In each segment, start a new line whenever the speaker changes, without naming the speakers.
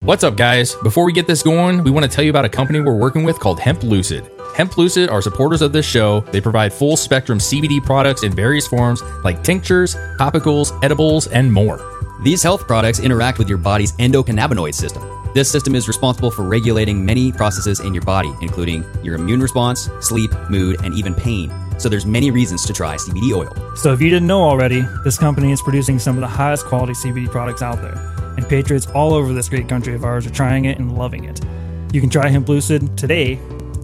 What's up, guys? Before we get this going, we want to tell you about a company we're working with called Hemp Lucid. Hemp Lucid are supporters of this show. They provide full spectrum CBD products in various forms like tinctures, topicals, edibles, and more.
These health products interact with your body's endocannabinoid system. This system is responsible for regulating many processes in your body, including your immune response, sleep, mood, and even pain. So there's many reasons to try CBD oil.
So if you didn't know already, this company is producing some of the highest quality CBD products out there, and patriots all over this great country of ours are trying it and loving it. You can try Hemp Lucid today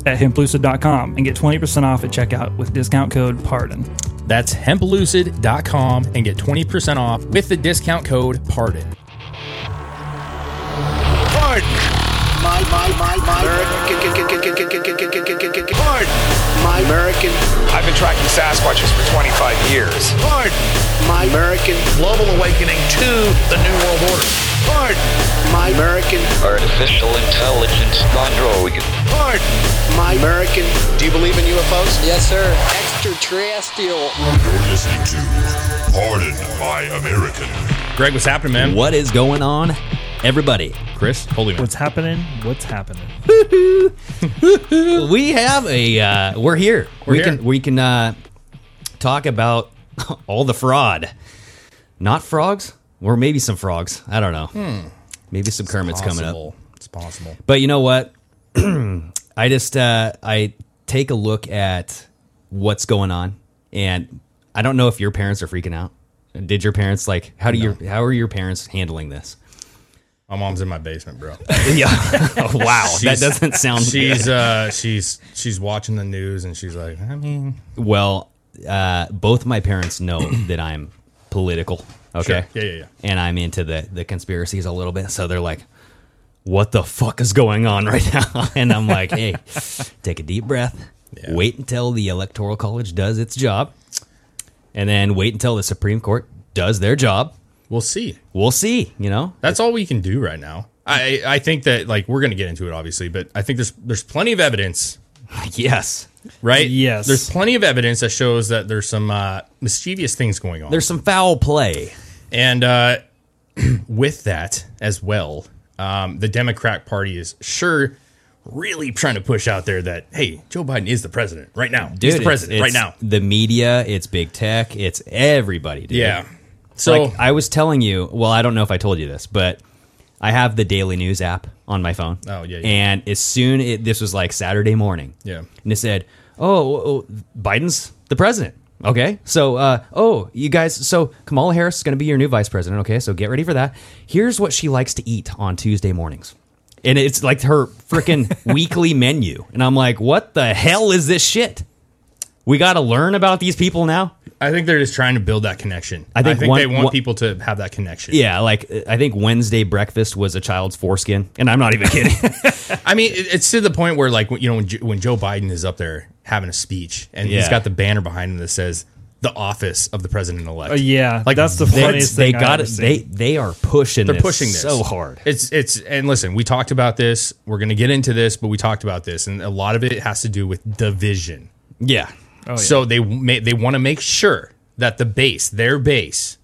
at hemplucid.com and get 20% off at checkout with discount code PARDON.
That's hemplucid.com and get 20% off with the discount code PARDON.
Pardon. My, my, my, my American. Pardon. My American.
I've been tracking Sasquatches for 25 years.
Pardon. My American.
Global awakening to the New World Order.
Pardon. My American.
Artificial intelligence gone rogue.
Pardon. My American. Do you believe in UFOs?
Yes, sir. Extraterrestrial.
You're listening to Pardon My American.
Greg, what's happening, man?
What is going on, everybody?
Chris, holy man.
What's happening? What's happening?
We have a uh, we're here. we
here.
can we can uh, talk about all the fraud. Not frogs, or maybe some frogs. I don't know. Maybe some Kermit's coming up.
It's Hmm. possible.
But you know what? I just uh, I take a look at what's going on, and I don't know if your parents are freaking out. Did your parents like how do your how are your parents handling this?
My mom's in my basement, bro.
Yeah. wow, that
She's-
doesn't sound
She's uh she's she's watching the news and she's like, I mean,
good. Well, uh, both my parents know that I'm political. Okay.
Sure. Yeah, yeah, yeah.
And I'm into the the conspiracies a little bit, so they're like, "What the fuck is going on right now?" And I'm like, "Hey, take a deep breath.
Yeah.
Wait until the electoral college does its job, and then wait until the Supreme Court does their job.
we'll see.
We'll see. You know,
That's all we can do right now. I I think that like we're gonna get into it obviously, but I think there's there's plenty of evidence,
yes."
right?
Yes.
There's plenty of evidence that shows that there's some uh, mischievous things going on.
There's some foul play.
and uh, with that as well, um, the Democrat Party is sure really trying to push out there that hey, Joe Biden is the president right now. He's the
it's-
president
it's
right now.
The media, it's big tech, it's everybody, dude.
Yeah. So
So like, I was telling you, well, I don't know if I told you this, but I have the daily news app on my phone.
Oh, yeah, yeah.
And as soon it, this was like Saturday morning.
Yeah.
And it said, "Oh, oh, Biden's the president." Okay. So, uh, oh, you guys, so Kamala Harris is going to be your new vice president, okay? So get ready for that. Here's what she likes to eat on Tuesday mornings. And it's like her freaking weekly menu. And I'm like, "What the hell is this shit?" We got to learn about these people now.
I think they're just trying to build that connection. I
think
think,
one-
they want
one-
people to have that connection.
Yeah, like I think Wednesday breakfast was a child's foreskin, and I'm not even kidding.
I mean, it- it's to the point where, like, when- you know, when, Jo- when Joe Biden is up there having a speech and he's
Yeah.
got the banner behind him that says "the office of the president elect."
Uh, yeah,
like
that's the
they-
they
funniest
they
thing I've
got
ever
it.
seen.
They they are pushing.
They're
this
pushing this
so hard.
It's it's and listen, we talked about this. We're gonna get into this, but we talked about this, and a lot of it has to do with division.
Oh, yeah,
So they ma- they want to make sure that the base, their base,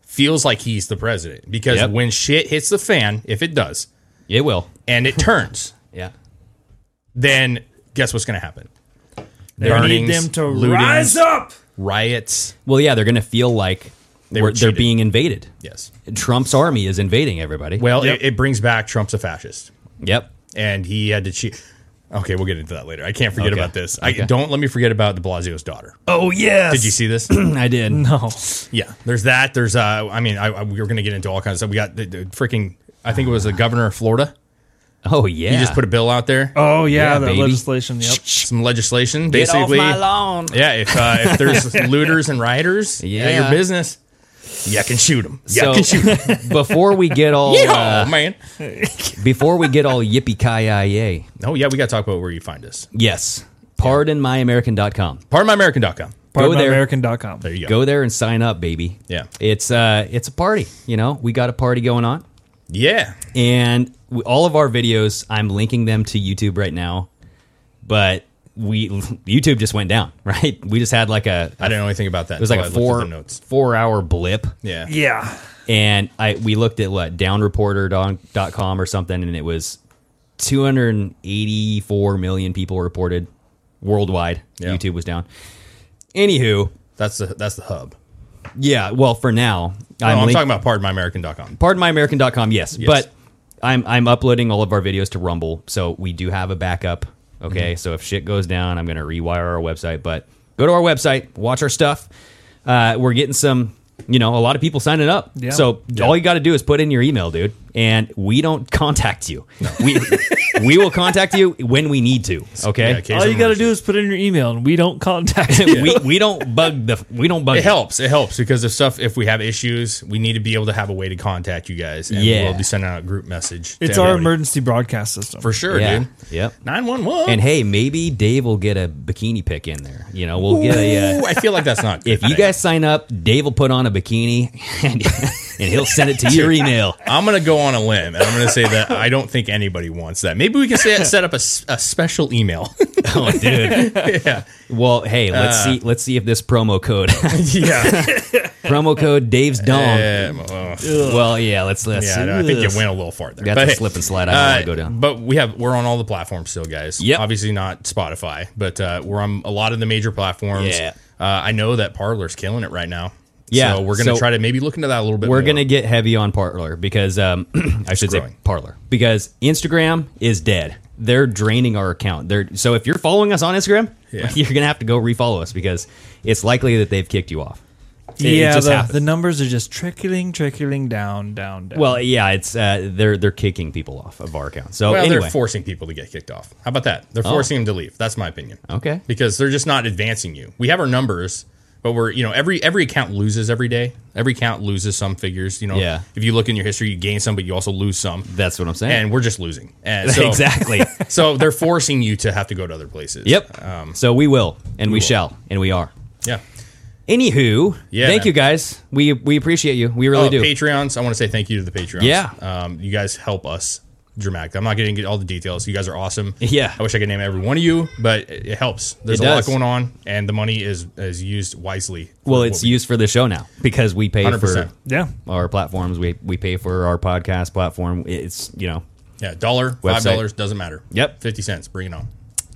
feels like he's the president because
Yep.
when shit hits the fan, if it does,
it will.
and it turns,
Yeah,
then guess what's gonna happen?
They need them to
lootings,
rise up.
riots.
well, yeah, they're gonna feel like
They
they
were
they're
cheated.
being invaded.
Yes.
Trump's army is invading everybody.
Well, it, it brings back Trump's a fascist,
yep.
and he had to cheat. Okay, we'll get into that later. I can't forget
Okay.
about this. I
Okay.
don't let me forget about De Blasio's daughter.
Oh yes.
Did you see this?
I did.
No,
yeah, there's that. There's uh, I mean, I, I, we were gonna get into all kinds of stuff. We got the, the freaking. I think it was the governor of Florida.
Oh yeah.
He just put a bill out there,
oh yeah,
Yeah,
the
baby.
legislation. Yep.
some legislation,
Get off
basically.
my lawn.
Yeah, if uh, if there's looters and rioters, yeah,
Yeah.
your business. You can shoot them. You
So
can shoot 'em.
before we get all
Yeehaw,
uh,
man.
before we get all yippee ki yay.
Oh yeah, we gotta talk about where you find us.
Yes. Pardonmyamerican.com.
Pardonmyamerican.com.
Go there.
PardonAmerican.com.
There you go.
Go there and sign up, baby.
Yeah.
It's uh it's a party, you know. We got a party going on.
Yeah.
And we, all of our videos, I'm linking them to YouTube right now. But we YouTube just went down, right? We just had like a
I didn't know anything about that.
it was like a
until I looked at
four
the notes.
4 hour blip.
Yeah.
Yeah,
and I we looked at what downreporter.com or something, and it was 284 million people reported worldwide.
Yeah.
YouTube was down. Anywho,
That's the that's the hub.
yeah. Well, for now,
No, I'm
link-
talking about pardonmyamerican.com.
pardonmyamerican.com yes, yes but i'm i'm uploading all of our videos to rumble so we do have a backup
Mm-hmm.
okay so if shit goes down i'm gonna rewire our website but go to our website watch our stuff uh, we're getting some you know a lot of people signing up
Yeah.
so all you got to do is put in your email dude and we don't contact you we we will contact you when we need to
Yeah,
okay
case
All
of
you got to
emergency.
do is put in your email, and we don't contact you.
we, we don't bug the we don't bug
It helps. It helps because if stuff, if we have issues, we need to be able to have a way to contact you guys. And
Yeah.
we'll be sending out a group message. to
It's our
everybody.
emergency broadcast system.
for sure,
Yeah.
dude.
Yep.
Nine one one.
and hey maybe dave will get a bikini pic in there you know we'll get a uh,
I feel like that's not.
If
good.
you guys sign up, Dave will put on a bikini and, and he'll send it to your email.
I'm gonna go on a limb and I'm gonna say that I don't think anybody wants that. Maybe we can set, set up a, s- a special email.
Oh, dude. Well, hey, let's
Uh.
see. Let's see if this promo code,
yeah.
promo code Dave's Dong.
well,
Well, yeah. Let's let's.
yeah, I know, I think you went a little far there.
That's
But
a
hey, uh,
slip and slide I don't wanna go down.
But we have we're on all the platforms still, guys.
Yep.
Obviously not Spotify, but uh, we're on a lot of the major platforms.
Yeah.
Uh, I know that Parlor's killing it right now.
Yeah,
So we're gonna
so-
try to maybe look into that a little bit.
We're
more.
gonna get heavy on Parlor because um, I should
growing.
say Parlor because Instagram is dead. They're draining our account. They're so if you're following us on Instagram,
Yeah.
you're gonna have to go refollow us because it's likely that they've kicked you off. It- it
yeah,
just
the,
happens.
the numbers are just trickling, trickling down, down, down.
Well, yeah, it's uh, they're they're kicking people off of our account. So
Well,
anyway, Oh.
they're forcing people to get kicked off. How about that? They're forcing them to leave. That's my opinion.
Okay.
Because they're just not advancing you. We have our numbers, but we're you know every every account loses every day. Every account loses some figures. You know,
Yeah.
If you look in your history, you gain some, but you also lose some.
that's what I'm saying.
and we're just losing. And so,
exactly.
So they're forcing you to have to go to other places.
yep.
Um,
so we will, and we,
will.
shall, and we are.
yeah.
Anywho,
Yeah,
thank
man.
you guys. We we appreciate you. We really
Uh,
Oh, do.
Patreons. I want to say thank you to the Patreons.
Yeah.
Um, you guys help us dramatically. I'm not getting into all the details. You guys are awesome.
Yeah.
I wish I could name every one of you, but it it helps. There's
It
a
does.
lot going on, and the money is is used wisely. for
well,
what
it's
we-
used for the show now because we pay
100%.
for
yeah,
our platforms. We we pay for our podcast platform. It's you know,
Yeah. Dollar, five
Website.
dollars doesn't matter.
Yep.
Fifty cents. Bring it on.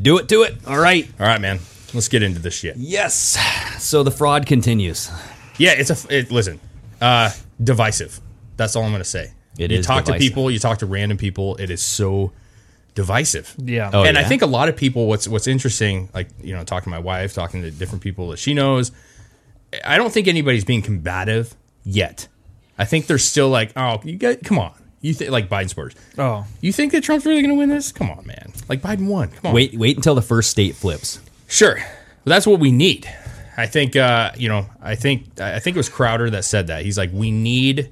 do it, do it. All right.
All right, man. Let's get into this shit.
Yes. So the fraud continues.
Yeah, it's a it, listen. Uh, divisive. That's all I'm gonna say.
It
you
is
talk to
divisive.
people, you talk to random people. It is so divisive.
yeah.
Oh,
and I
yeah?
think a lot of people. What's what's interesting, like you know, talking to my wife, talking to different people that she knows. I don't think anybody's being combative yet. I think they're still like, oh, you guys, come on. You think like Biden's supporters?
Oh.
you think that Trump's really gonna win this? Come on, man. Like Biden won. Come on.
Wait, wait until the first state flips.
Sure. Well, that's what we need. I think uh, you know, I think I think it was Crowder that said that. He's like, we need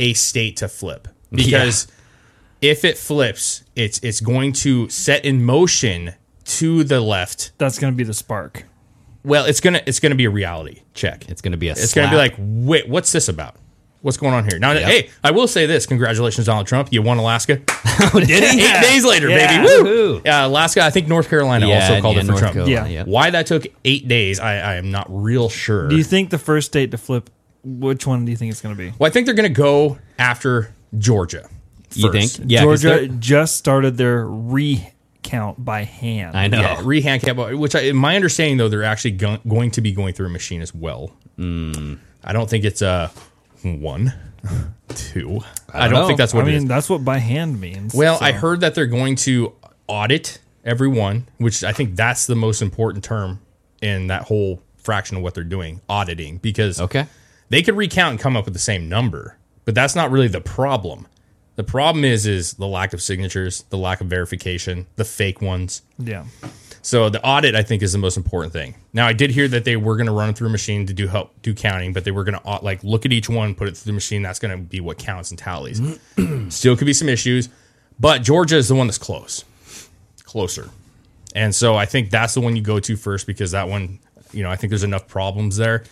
a state to flip. Because if it flips, it's it's going to set in motion to the left.
That's gonna be the spark.
Well, it's gonna it's gonna be a reality check.
It's gonna be a.
It's going to be
slap.
like, wait, what's this about? What's going on here? Now,
Yep.
hey, I will say this: congratulations, Donald Trump. You won Alaska.
did he?
Eight days later,
Yeah.
baby. Woo!
Woo-hoo.
Yeah, Alaska. I think North Carolina
Yeah,
also called
yeah,
it for
North
Trump.
Carolina, yeah.
Yeah.
Why that took eight days, I, I am not real sure.
Do you think the first state to flip? Which one do you think it's gonna be?
well, I think they're going to go after Georgia.
You
first.
think? Yeah, 'cause
Georgia
they're-
just started their recount by hand.
I know.
Yeah, rehand cap, which I, in my understanding though, they're actually go- going to be going through a machine as well. I don't think it's uh, one, two. I don't,
know.
think that's
Oh, I
what it is.
mean, that's what by hand means.
Well,
so-
I heard that they're going to audit everyone, which I think that's the most important term in that whole fraction of what they're doing, auditing, because
Okay.
they could recount and come up with the same number, but that's not really the problem. The problem is is the lack of signatures, the lack of verification, the fake ones.
Yeah.
So the audit, I think, is the most important thing. Now, I did hear that they were going to run it through a machine to do help do counting, but they were going to like look at each one, put it through the machine. That's going to be what counts and tallies. Still could be some issues, but Georgia is the one that's close, closer, and so I think that's the one you go to first because that one, you know, I think there's enough problems there.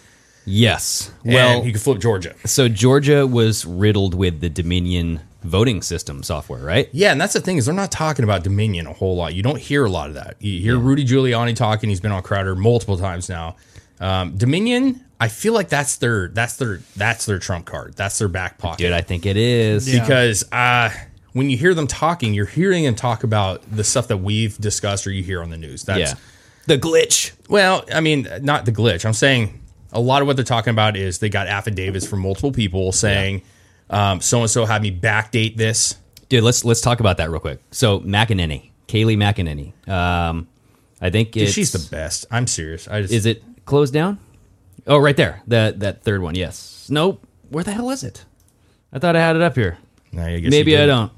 Yes.
Well,
Well,
you can flip Georgia.
so Georgia was riddled with the Dominion voting system software, right?
Yeah, and that's the thing is they're not talking about Dominion a whole lot. You don't hear a lot of that. You hear Rudy Giuliani talking. He's been on Crowder multiple times now. Um, Dominion, I feel like that's their that's their that's their trump card. That's their back pocket
Dude, I think it is.
Yeah.
because uh, when you hear them talking, you're hearing them talk about the stuff that we've discussed or you hear on the news. That's
Yeah. The glitch.
well, I mean, not the glitch. I'm saying a lot of what they're talking about is they got affidavits from multiple people saying so and so had me backdate this.
Dude, let's let's talk about that real quick. So McEnany, Kaylee McEnany. Um, I think it's,
She's the best. I'm serious. I just
Is it closed down? Oh, right there. That that third one. Yes. Nope. Where the hell is it? I thought I had it up here.
No, I guess you
Maybe I
did.
don't.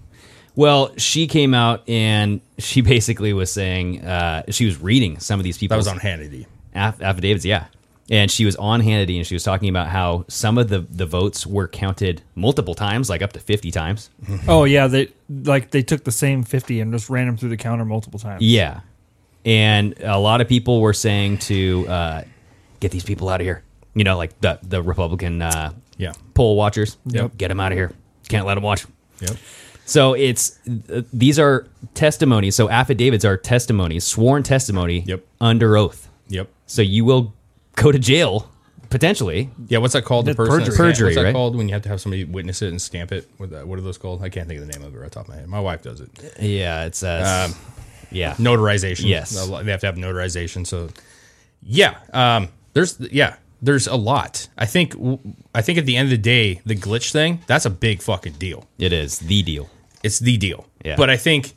Well, she came out and she basically was saying uh, she was reading some of these people
That was on Hannity.
aff- affidavits, yeah. And she was on Hannity and she was talking about how some of the, the votes were counted multiple times, like up to 50 times.
Mm-hmm.
Oh yeah, they like they took the same fifty and just ran them through the counter multiple times.
Yeah. And a lot of people were saying to uh, get these people out of here. You know, like the, the Republican uh,
Yeah.
poll watchers.
Yep.
Get them out of here. Can't let them watch.
Yep.
So it's th- these are testimonies. So affidavits are testimonies, sworn testimony
Yep.
under oath.
Yep.
So you will go to jail potentially.
Yeah, what's that called? The
That's
person that
perjury.
stamp-
Perjury,
What's that
right?
called when you have to have somebody witness it and stamp it? What, the, what are those called? I can't think of the name of it right off the top of my head. My wife does it.
Yeah, it's uh,
Um,
yeah.
notarization.
Yes.
they have to have notarization. So, yeah, um, there's yeah, there's a lot. I think I think at the end of the day, the glitch thing that's a big fucking deal.
It is the deal.
It's the deal.
Yeah.
But I think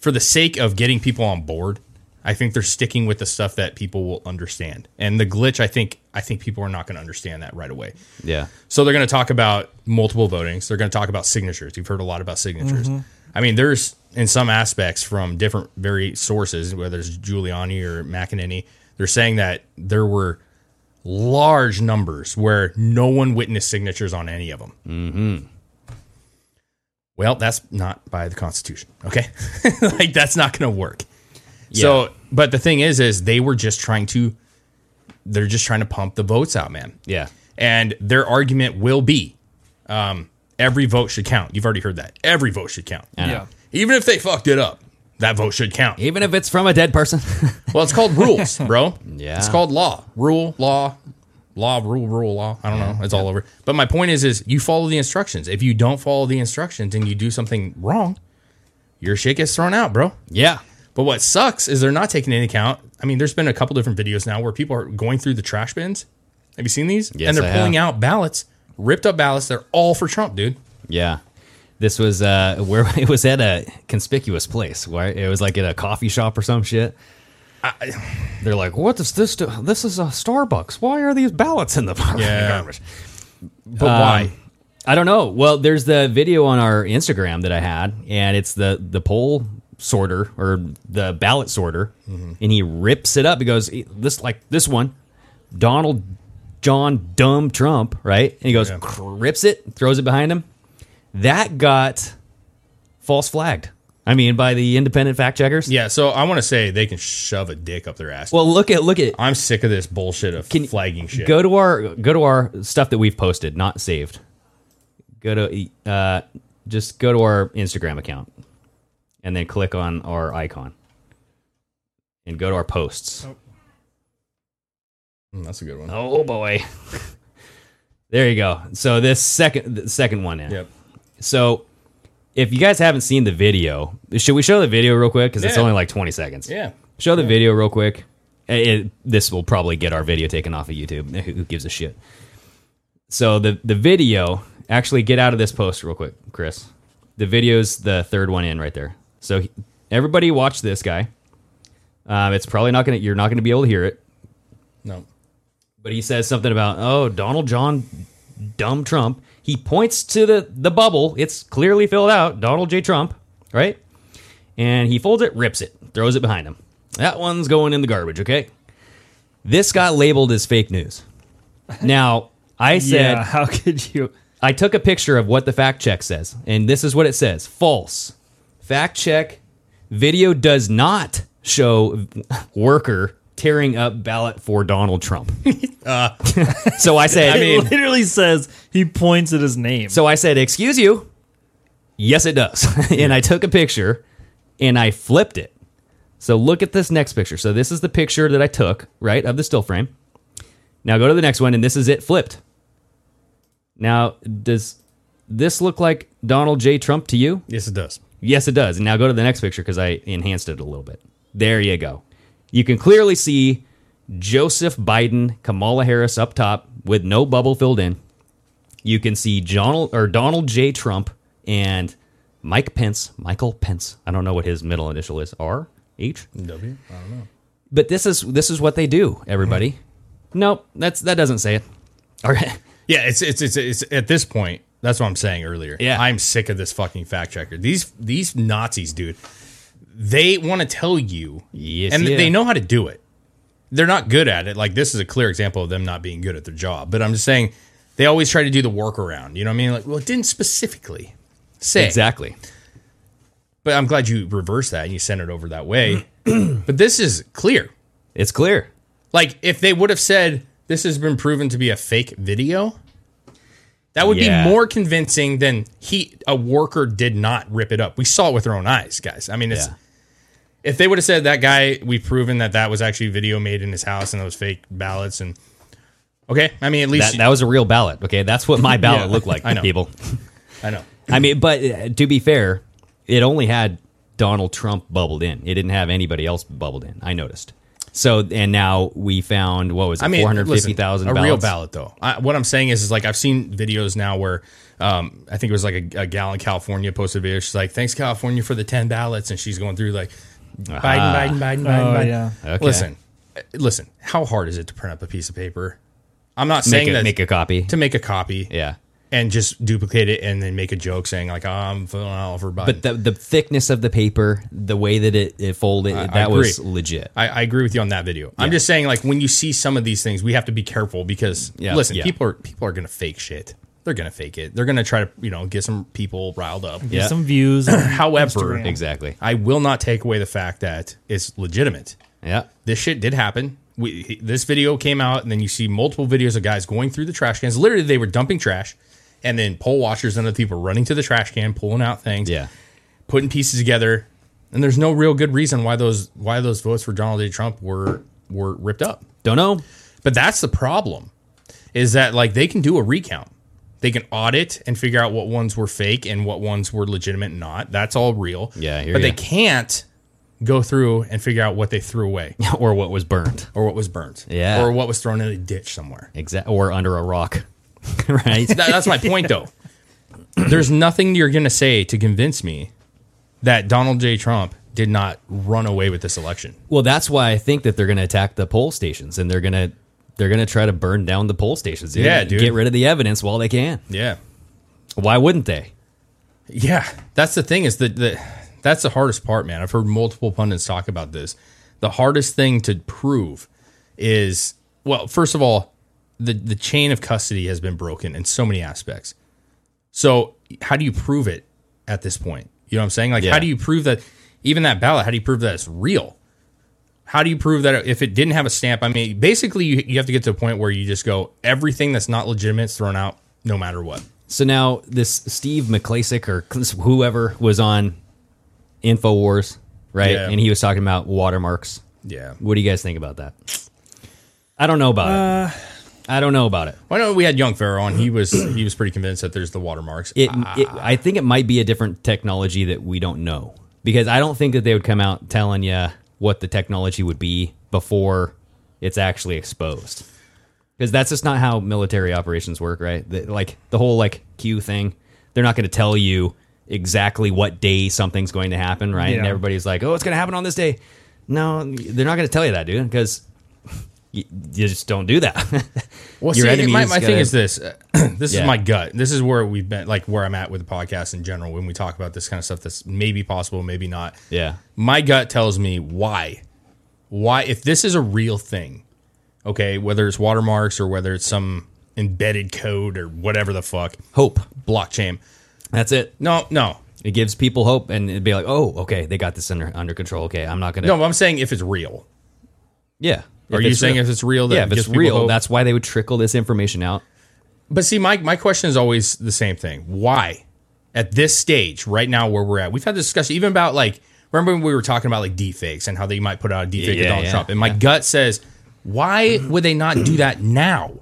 for the sake of getting people on board, I think they're sticking with the stuff that people will understand. And the glitch, I think I think people are not going to understand that right away.
Yeah.
So they're going to talk about multiple votings. They're going to talk about signatures. You've heard a lot about signatures. I mean, there's in some aspects from different very sources, whether it's Giuliani or McEnany, they're saying that there were large numbers where no one witnessed signatures on any of them. Mm-hmm. Well, that's not by the Constitution. Okay, like that's not going to work. So, but the thing is, is they were just trying to, they're just trying to pump the votes out, man.
Yeah.
And their argument will be um, every vote should count. You've already heard that. Every vote should count.
yeah.
Even if they fucked it up, that vote should count.
Even if it's from a dead person.
Well, it's called rules, bro.
Yeah.
It's called law. Rule, law, law, rule, rule, law. I don't know. It's all over. But my point is, is you follow the instructions. If you don't follow the instructions and you do something wrong, your shit gets thrown out, bro.
yeah.
But what sucks is they're not taking into account. I mean, there's been a couple different videos now where people are going through the trash bins. Have you seen these?
Yes,
and they're
I
pulling
have.
out ballots, ripped up ballots. They're all for Trump, dude.
Yeah. This was uh, where it was at a conspicuous place. Where it was like at a coffee shop or some shit. They're like, "What is this? do- This is a Starbucks. Why are these ballots in the
Yeah.
garbage?"
But
Um,
why?
I don't know. Well, there's the video on our Instagram that I had, and it's the the poll sorter or the ballot sorter,
Mm-hmm.
and he rips it up. He goes, "E, "This like this one, Donald John Dumb Trump, right?" And he goes,
Yeah.
rips it, throws it behind him. That got false flagged. I mean, by the independent fact checkers.
Yeah. So I want to say they can shove a dick up their ass.
Well, look at look at
I'm sick of this bullshit of
Can-
flagging shit.
go to our go to our stuff that we've posted, not saved. Go to uh, just go to our Instagram account, and then click on our icon, and go to our posts.
Mm, that's a good one.
Oh, boy, there you go. So this second the second one in.
Yep.
So if you guys haven't seen the video, should we show the video real quick? Because it's
Yeah.
only like twenty seconds.
Yeah.
Show the video real quick. It- it- this will probably get our video taken off of YouTube. Who, who gives a shit? So the the video actually get out of this post real quick, Chris. The video's the third one in right there. So he- everybody watch this guy. Um, it's probably not gonna you're not gonna be able to hear it,
No.
but he says something about oh Donald John, dumb Trump. He points to the the bubble. It's clearly filled out. Donald J Trump, right? And he folds it, rips it, throws it behind him. That one's going in the garbage. Okay. This got labeled as fake news. Now I said
Yeah, how could you?
I took a picture of what the fact check says, and this is what it says: false. Fact check: video does not show worker tearing up ballot for Donald Trump. so I said,
I it literally says he points at his name.
so I said, excuse you. Yes, it does. and I took a picture and I flipped it. So look at this next picture. So this is the picture that I took, right, of the still frame. Now go to the next one, and this is it flipped. Now, does this look like Donald J. Trump to you?
Yes, it does.
Yes, it does. And now go to the next picture because I enhanced it a little bit. There you go. You can clearly see Joseph Biden, Kamala Harris up top with no bubble filled in. You can see John or Donald J. Trump and Mike Pence, Michael Pence. I don't know what his middle initial is. R H
W. I don't know.
but this is this is what they do, everybody. nope, that's that doesn't say it. All right.
Yeah, it's, it's it's it's at this point. That's what I'm saying earlier.
Yeah.
I'm sick of this fucking fact checker. These these Nazis, dude. They want to tell you,
Yes,
and
yeah.
they know how to do it. They're not good at it. Like this is a clear example of them not being good at their job. But I'm just saying, they always try to do the workaround. You know what I mean? Like, well, it didn't specifically say
Exactly.
But I'm glad you reversed that and you sent it over that way. but this is clear.
It's clear.
Like if they would have said this has been proven to be a fake video, that would
Yeah.
be more convincing than he a worker did not rip it up. We saw it with our own eyes, guys. I mean, it's
Yeah.
if they would have said that guy, we've proven that that was actually video made in his house and those fake ballots and okay, I mean at least
That, that was a real ballot. Okay, that's what my ballot
Yeah,
looked like,
I know.
people.
I know.
I mean, but uh, to be fair, it only had Donald Trump bubbled in. It didn't have anybody else bubbled in. I noticed. So and now we found what was it,
I mean,
four hundred fifty thousand
listen,
ballots.
A real ballot, though. I, what I'm saying is, is like I've seen videos now where um, I think it was like a, a gal in California posted a video. She's like, "Thanks California for the ten ballots," and she's going through like Biden, Biden, Biden, Biden,
Oh,
Biden.
yeah.
Okay.
Listen, uh, listen. How hard is it to print up a piece of paper? I'm not
Make
saying
a,
that
make a copy.
to make a copy,
Yeah,
and just duplicate it and then make a joke saying like, oh, "I'm filling out for Biden."
but the the thickness of the paper, the way that it, it folded,
I
that was
agree.
legit.
I, I agree with you on that video. I'm just saying, like, when you see some of these things, we have to be careful because
Yeah,
listen,
yeah.
people are people are gonna fake shit. They're gonna fake it. They're gonna try to you know get some people riled up.
Yeah.
Some views. on
However,
Instagram.
Exactly.
I will not take away the fact that it's legitimate.
Yeah.
This shit did happen. We, he- this video came out, and then you see multiple videos of guys going through the trash cans. Literally, they were dumping trash, and then pole watchers and other people running to the trash can, pulling out things
Yeah.
putting pieces together, and there's no real good reason why those why those votes for Donald J. Trump were were ripped up.
Don't know.
But that's the problem, is that like they can do a recount, they can audit and figure out what ones were fake and what ones were legitimate and not. That's all real.
Yeah, I hear
but
ya.
they can't go through and figure out what they threw away
or what was burned.
or what was burnt.
Yeah.
or what was thrown in a ditch somewhere.
Exact or under a rock. right?
That- that's my point though. There's nothing you're gonna say to convince me that Donald J. Trump did not run away with this election.
well, that's why I think that they're going to attack the poll stations and they're going to they're going to try to burn down the poll stations. They're
Yeah,
gonna
dude.
Get rid of the evidence while they can.
Yeah.
Why wouldn't they?
Yeah. That's the thing is that the, that's the hardest part, man. I've heard multiple pundits talk about this. The hardest thing to prove is well, first of all, the, the chain of custody has been broken in so many aspects. So how do you prove it at this point? You know what I'm saying? Like
Yeah.
how do you prove that even that ballot, how do you prove that it's real? How do you prove that if it didn't have a stamp? I mean, basically you, you have to get to a point where you just go everything that's not legitimate is thrown out no matter what.
So now this Steve McClasic or whoever was on InfoWars, right?
Yeah.
And he was talking about watermarks.
Yeah.
What do you guys think about that? I don't know about
Uh,
it. I don't know about it.
Well, no, we had Young Pharaoh on. He was he was pretty convinced that there's the watermarks.
it, it I think it might be a different technology that we don't know because I don't think that they would come out telling you what the technology would be before it's actually exposed because that's just not how military operations work right the, like the whole like Q thing they're not going to tell you exactly what day something's going to happen right and
Yeah.
everybody's like oh it's going to happen on this day no they're not going to tell you that dude because you, you just don't do that
well,
your
see,
enemy
my,
is
my thing
gonna-
is this. uh, this
Yeah.
is my gut. This is where we've been, like where I'm at with the podcast in general. When we talk about this kind of stuff, that's maybe possible, maybe not.
yeah
my gut tells me why why if this is a real thing okay whether it's watermarks or whether it's some embedded code or whatever the fuck
hope
blockchain
that's it
no no
It gives people hope, and it'd be like, oh, okay, they got this under under control. Okay, I'm not gonna.
no i'm saying if it's real
yeah.
are you saying if it's real that
yeah, if
gives
it's
people
real,
hope?
that's why they would trickle this information out.
but see my, my question is always the same thing why at this stage right now where we're at we've had this discussion even about like remember when we were talking about like deepfakes and how they might put out a deepfake
Yeah,
of donald
yeah,
trump and my
yeah.
gut says Why would they not do that now?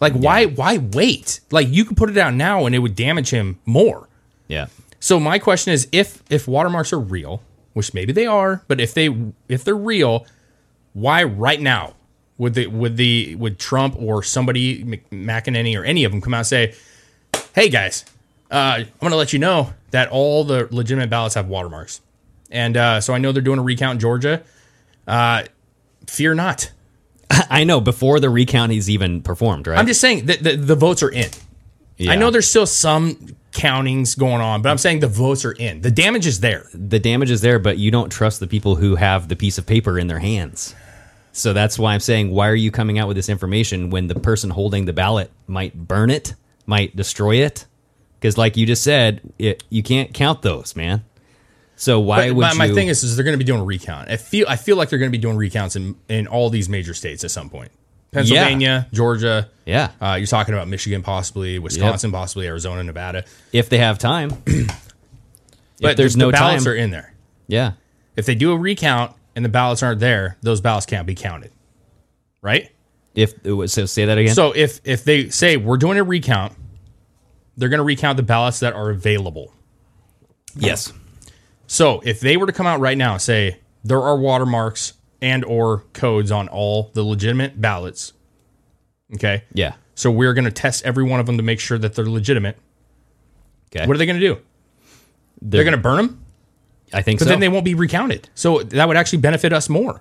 Like why why wait? Like you could put it out now and it would damage him more.
Yeah.
So my question is if if watermarks are real, which maybe they are, but if they if they're real, why right now would the would the would Trump or somebody Mc- McEnany or any of them come out and say, "Hey guys, uh, I'm going to let you know that all the legitimate ballots have watermarks." And uh, so I know they're doing a recount in Georgia. Uh, fear not.
I know before the recount is even performed, right?
I'm just saying that the, the votes are in. I know there's still some countings going on, but I'm saying the votes are in. The damage is there.
the damage is there, but you don't trust the people who have the piece of paper in their hands. So that's why I'm saying, why are you coming out with this information when the person holding the ballot might burn it, might destroy it? Because, like you just said, it, you can't count those, man. So why
But
would
my,
you?
my thing is, is they're going to be doing a recount. I feel I feel like they're going to be doing recounts in in all these major states at some point. Pennsylvania, Georgia.
Yeah.
Uh, you're talking about Michigan, possibly Wisconsin, possibly Arizona, Nevada.
if they have time,
But
there's
the
no
ballots
time-
are in there.
yeah,
If they do a recount and the ballots aren't there, those ballots can't be counted, right?
if it was- so, say that again.
So if if they say we're doing a recount, they're going to recount the ballots that are available.
yes,
So if they were to come out right now and say there are watermarks and or codes on all the legitimate ballots, okay,
yeah,
so we're going to test every one of them to make sure that they're legitimate.
okay.
What are they going to do? They're, going to burn them,
I think
but
so.
then they won't be recounted. So that would actually benefit us more.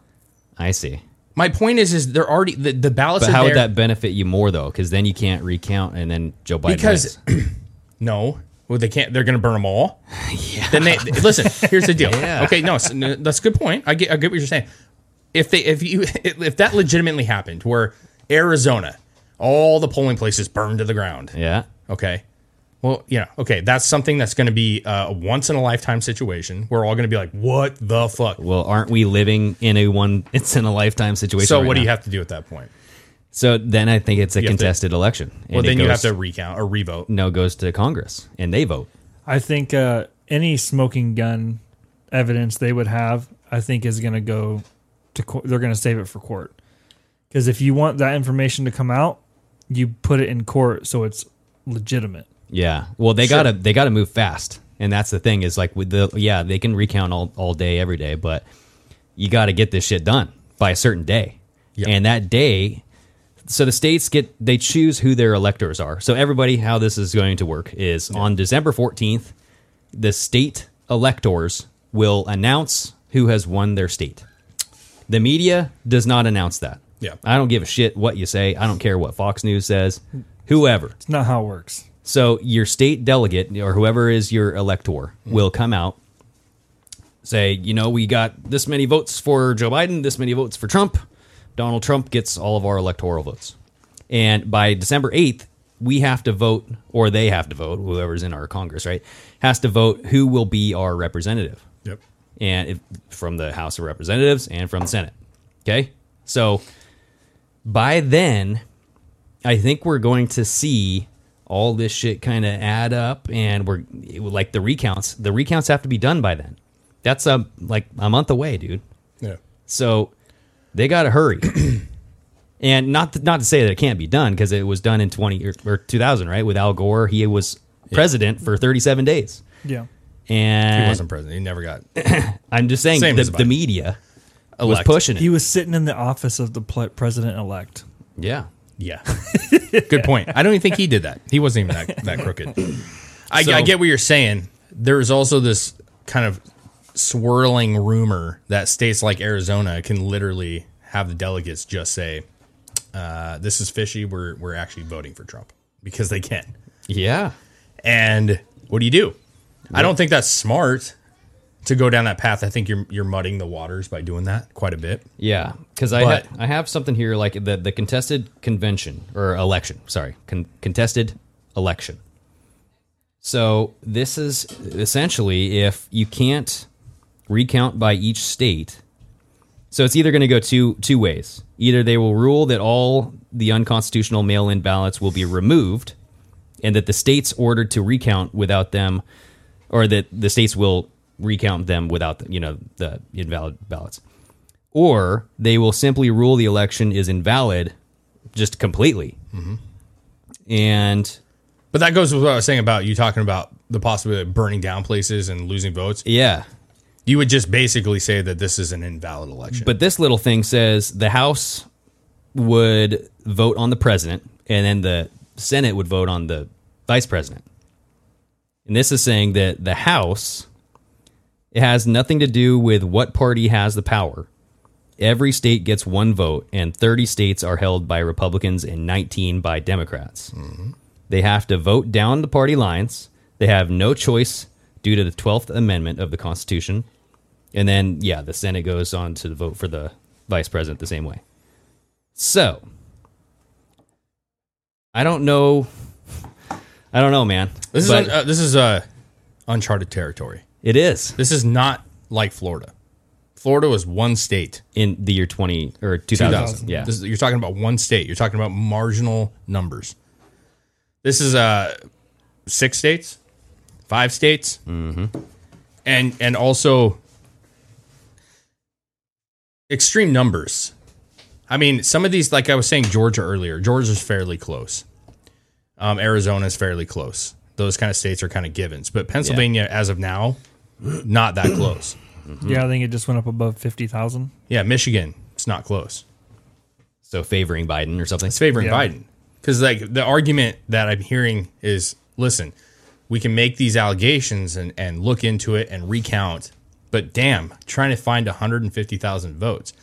I see.
My point is, is they're already the, the ballots.
But
are
how
there.
would that benefit you more though? Because then you can't recount, and then Joe Biden
Because-
wins.
No. Well, they can't. They're going to burn them all. Yeah. Then they listen. Here's the deal.
Yeah.
Okay. No, s- no, that's a good point. I get. I get what you're saying. If they, if you, if that legitimately happened, where Arizona, all the polling places burned to the ground.
yeah,
Okay. Well, you know, okay, that's something that's going to be uh, a once in a lifetime situation. We're all going to be like, "What the fuck?"
Well, aren't we living in a one it's in a lifetime situation?
so,
right
what do
now?
you have to do at that point?
So then I think it's a
You have to-
contested election. and
Well,
it
then you have
goes-
to recount or revote.
no it goes to Congress and they vote.
I think uh, any smoking gun evidence they would have, I think, is going to go to court. They're going to save it for court. Because if you want that information to come out, you put it in court so it's legitimate.
Yeah. Well, they gotta they gotta move fast, and that's the thing is like with the yeah they can recount all all day every day, but you got to get this shit done by a certain day, and that day. So the states get they choose who their electors are. So everybody, how this is going to work is on December fourteenth, the state electors will announce who has won their state. The media does not announce that.
Yeah.
I don't give a shit what you say. I don't care what Fox News says. Whoever.
It's not how it works.
So your state delegate or whoever is your elector will come out, say, you know, we got this many votes for Joe Biden, this many votes for Trump. Donald Trump gets all of our electoral votes. And by December 8th, we have to vote, or they have to vote, whoever's in our Congress, right? Has to vote who will be our representative
Yep.
and if, from the House of Representatives and from the Senate. Okay, so by then, I think we're going to see all this shit kind of add up, and we're like the recounts. The recounts have to be done by then. That's a like a month away, dude.
Yeah.
So they got to hurry. and not to, not to say that it can't be done because it was done in 20 or, or 2000, right? With Al Gore, he was president for 37 days.
Yeah.
And
He wasn't president. He never got
I'm just saying
Same
the,
as
the
Biden.
media
Elected.
was pushing it.
He was sitting in the office of the ple- president elect.
yeah.
Yeah. Good point. I don't even think he did that. He wasn't even that, that crooked. I,
So-
I get what you're saying. There is also this kind of swirling rumor that states like Arizona can literally have the delegates just say, uh, this is fishy. We're, we're actually voting for Trump because they can.
Yeah.
And what do you do? I don't think that's smart to go down that path. I think you're, you're mudding the waters by doing that quite a bit.
Yeah. Because I,
But-
ha- I have something here like the, the contested convention or election. Sorry. Con- contested election. So this is essentially if you can't recount by each state. So it's either going to go two two ways. Either they will rule that all the unconstitutional mail-in ballots will be removed and that the states ordered to recount without them or that the states will recount them without the, you know the invalid ballots or they will simply rule the election is invalid just completely. And
But that goes with what I was saying about you talking about the possibility of burning down places and losing votes.
yeah,
You would just basically say that this is an invalid election.
but this little thing says the House would vote on the president and then the Senate would vote on the vice president. And this is saying that the House it has nothing to do with what party has the power. Every state gets one vote, and 30 states are held by Republicans and 19 by Democrats. They have to vote down the party lines. They have no choice due to the 12th Amendment of the Constitution. And then, yeah, the Senate goes on to vote for the vice president the same way. So, I don't know. I don't know, man.
this
But
is un- uh, this is uh, uncharted territory.
it is
This is not like Florida. Florida was one state.
in the year 20 or 2000.
2000.
Yeah.
This is, you're talking about one state. You're talking about marginal numbers. This is uh, six states, five states, mm-hmm. and and also extreme numbers. I mean, some of these, like I was saying, Georgia earlier. Georgia's fairly close. Um, Arizona's fairly close. Those kind of states are kind of givens. But Pennsylvania, as of now, not that close.
Yeah, I think it just went up above 50,000.
Yeah, Michigan, it's not close.
so favoring Biden or something.
It's favoring
Yeah.
Biden because like the argument that I'm hearing is, listen, we can make these allegations and and look into it and recount, but damn, trying to find 150,000 votes.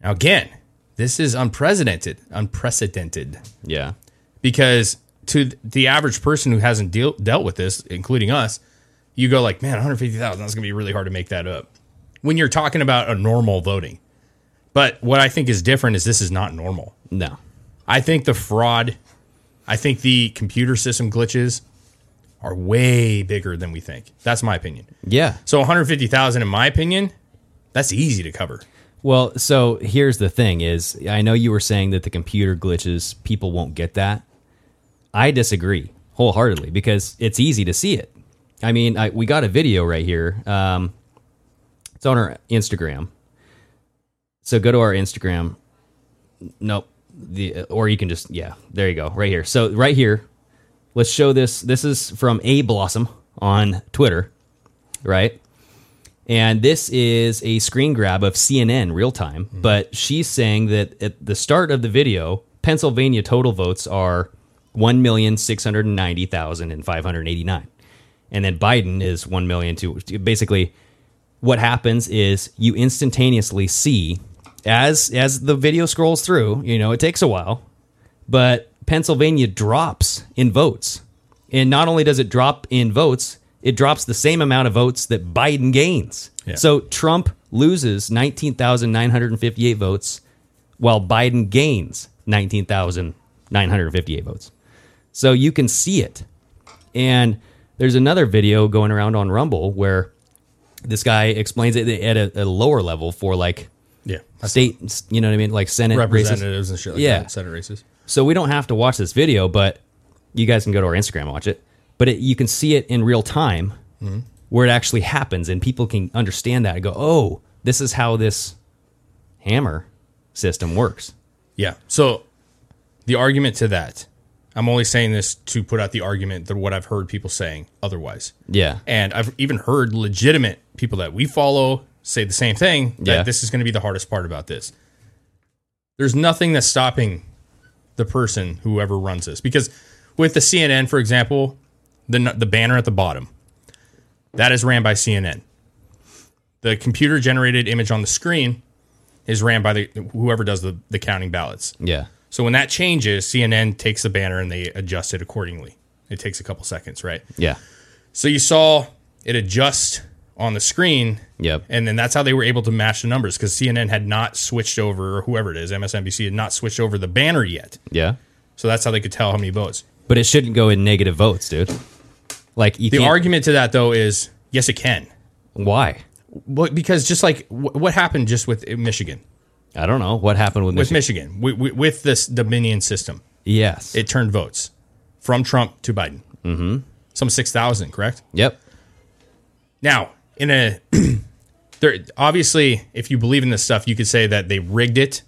Now again, this is unprecedented, unprecedented
Yeah.
because to the average person who hasn't deal, dealt with this, including us, you go like, man, 150,000, that's going to be really hard to make that up when you're talking about a normal voting. But what I think is different is this is not normal.
No.
I think the fraud, I think the computer system glitches are way bigger than we think. That's my opinion.
Yeah.
So 150,000 in my opinion, that's easy to cover.
Well, so here's the thing is I know you were saying that the computer glitches, people won't get that. I disagree wholeheartedly because it's easy to see it. I mean, I, we got a video right here. Um, it's on our Instagram. So go to our Instagram. Nope. The, or you can just, yeah, there you go. Right here. So right here, let's show this. This is from A Blossom on Twitter, right? And this is a screen grab of CNN real time, but she's saying that at the start of the video, Pennsylvania total votes are 1,690,589. And then Biden is 1 million to basically what happens is you instantaneously see as as the video scrolls through, you know, it takes a while, but Pennsylvania drops in votes. And not only does it drop in votes, it drops the same amount of votes that Biden gains.
Yeah.
So Trump loses 19,958 votes while Biden gains 19,958 votes. So you can see it. And there's another video going around on Rumble where this guy explains it at a, a lower level for like
Yeah.
state, you know what I mean, like Senate races.
Representatives and shit like
Yeah.
that, Senate races.
So we don't have to watch this video, but you guys can go to our Instagram and watch it. But it, you can see it in real time where it actually happens, and people can understand that and go, "Oh, this is how this hammer system works."
Yeah. So the argument to that, I'm only saying this to put out the argument that what I've heard people saying otherwise.
Yeah,
And I've even heard legitimate people that we follow say the same thing that
Yeah.
this is going to be the hardest part about this. There's nothing that's stopping the person whoever runs this because with the CNN for example, the n- the banner at the bottom that is ran by CNN. The computer generated image on the screen is ran by the whoever does the, the counting ballots.
yeah,
So when that changes, CNN takes the banner and they adjust it accordingly. It takes a couple seconds, right?
yeah,
So you saw it adjust on the screen.
Yep.
And then that's how they were able to match the numbers because CNN had not switched over, or whoever it is, MSNBC had not switched over the banner yet.
yeah.
So that's how they could tell how many votes.
But it shouldn't go in negative votes, dude. Like you
The
can't.
argument to that, though, is yes, it can.
why?
Well, because just like wh- what happened just with Michigan,
I don't know what happened with
with
Michigan.
Michigan, wi- wi- with this Dominion system,
yes.
it turned votes from Trump to Biden. Mm-hmm. Some 6,000, correct?
yep.
Now, in a there obviously if you believe in this stuff, you could say that they rigged it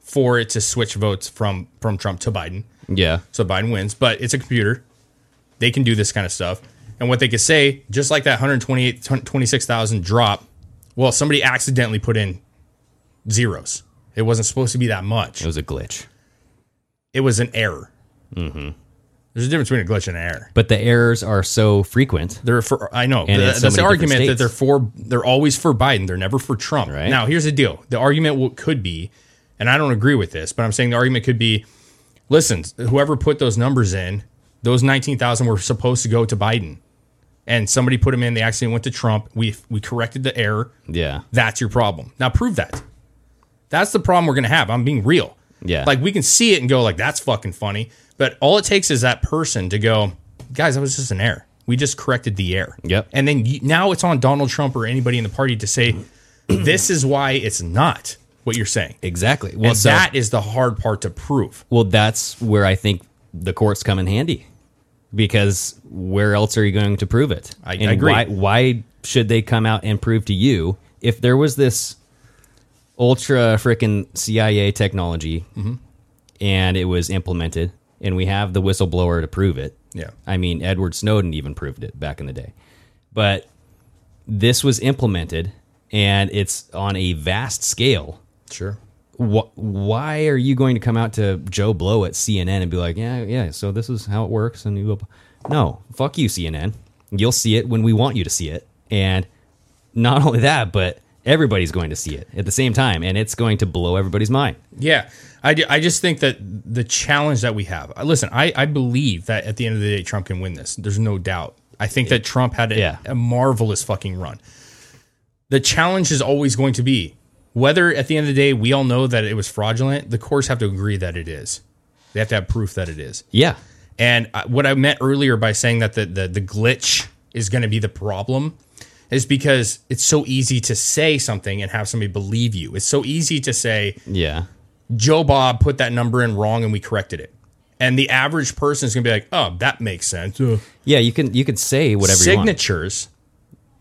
for it to switch votes from from Trump to Biden.
Yeah.
So Biden wins, but it's a computer. They can do this kind of stuff. And what they could say, just like that 128 26,000 drop, well, somebody accidentally put in zeros. It wasn't supposed to be that much.
It was a glitch.
It was an error.
Mm-hmm.
There's a difference between a glitch and an error.
But the errors are so frequent.
They're for I know
And in
Th-
so
that's the
many different
argument
states.
that they're for. They're always for Biden. They're never for Trump.
Right.
Now here's the deal. The argument w- could be, and I don't agree with this, but I'm saying the argument could be, listen, whoever put those numbers in, those 19,000 were supposed to go to Biden, and somebody put them in. They accidentally went to Trump. We we corrected the error.
Yeah.
That's your problem. Now prove that. That's the problem we're gonna have. I'm being real.
Yeah.
Like we can see it and go like that's fucking funny, but all it takes is that person to go, guys, that was just an error. We just corrected the error.
Yep.
And then you, now it's on Donald Trump or anybody in the party to say, this is why it's not what you're saying.
Exactly. Well,
and
so,
that is the hard part to prove.
well, that's where I think the courts come in handy, because where else are you going to prove it?
I- I agree.
Why, why should they come out and prove to you if there was this ultra freaking CIA technology and it was implemented, and we have the whistleblower to prove it?
Yeah.
I mean, Edward Snowden even proved it back in the day. But this was implemented and it's on a vast scale.
Sure.
Wh- why are you going to come out to Joe Blow at CNN and be like, yeah, yeah, so this is how it works? And you will. No, fuck you, CNN. You'll see it when we want you to see it. And not only that, but everybody's going to see it at the same time. And it's going to blow everybody's mind.
Yeah, I, ju- I just think that the challenge that we have. uh, Listen, I, I believe that at the end of the day, Trump can win this. There's no doubt. I think that Trump had a,
Yeah.
a marvelous fucking run. The challenge is always going to be whether at the end of the day we all know that it was fraudulent. The courts have to agree that it is. They have to have proof that it is.
Yeah.
And I- what I meant earlier by saying that the the, the glitch is going to be the problem is because it's so easy to say something and have somebody believe you. It's so easy to say.
Yeah.
Joe Bob put that number in wrong and we corrected it. And the average person is going to be like, oh, that makes sense. Ugh.
Yeah. You can, you can say whatever
Signatures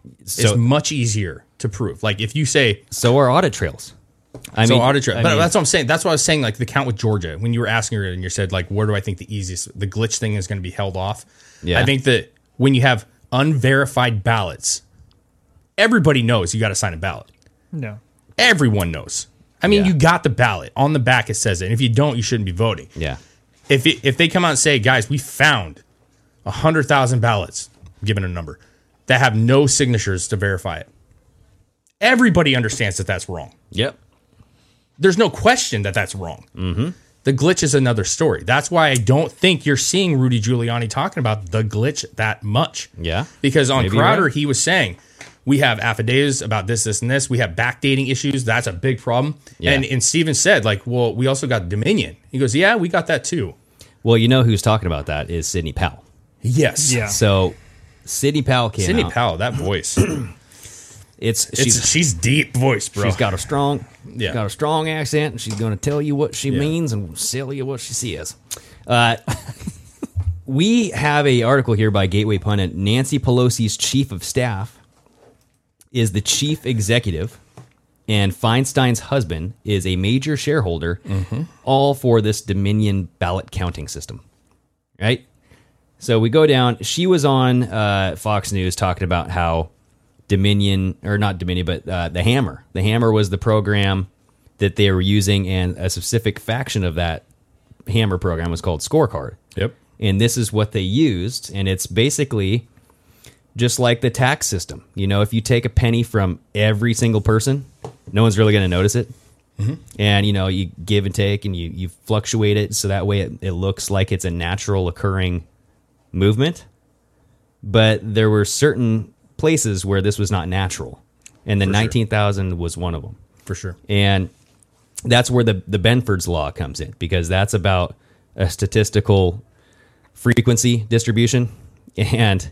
you want.
is much easier to prove. Like if you say,
So are audit trails. I
so
mean,
audit trail.
I
But
mean,
that's what I'm saying. That's what I was saying. Like the count with Georgia, when you were asking her and you said, like, where do I think the easiest, the glitch thing is going to be held off?
Yeah.
I think that when you have unverified ballots, everybody knows you got to sign a ballot.
No.
Everyone knows. I mean,
Yeah.
you got the ballot on the back. It says it. And if you don't, you shouldn't be voting.
yeah.
if it, if they come out and say, guys, we found hundred thousand ballots, given a number, that have no signatures to verify it, everybody understands that that's wrong.
Yep.
There's no question that that's wrong. Mm-hmm. The glitch is another story. That's why I don't think you're seeing Rudy Giuliani talking about the glitch that much.
Yeah.
because on
Maybe you're
Crowder
right.
he was saying. We have affidavits about this, this, and this. We have backdating issues. That's a big problem.
Yeah.
And and Steven said, like, well, we also got Dominion. He goes, yeah, we got that too.
Well, you know who's talking about that is Sidney Powell.
Yes.
Yeah.
So Sidney Powell came
Sydney
out.
Powell, that voice.
It's she's
It's, she's deep voice, bro.
she's got a strong
Yeah.
got a strong accent, and she's going to tell you what she means and sell you what she says. Uh, we have a article here by Gateway Pundit. Nancy Pelosi's chief of staff is the chief executive, and Feinstein's husband is a major shareholder. All for this Dominion ballot counting system, right? So we go down. She was on uh, Fox News talking about how Dominion, or not Dominion, but uh, the Hammer. The Hammer was the program that they were using, and a specific faction of that Hammer program was called Scorecard.
Yep.
And this is what they used, and it's basically just like the tax system. You know, if you take a penny from every single person, no one's really going to notice it. And you know, you give and take, and you you fluctuate it so that way it, it looks like it's a natural occurring movement. But there were certain places where this was not natural, and the nineteen thousand was one of them.
for sure.
And that's where the, the Benford's law comes in because that's about a statistical frequency distribution. And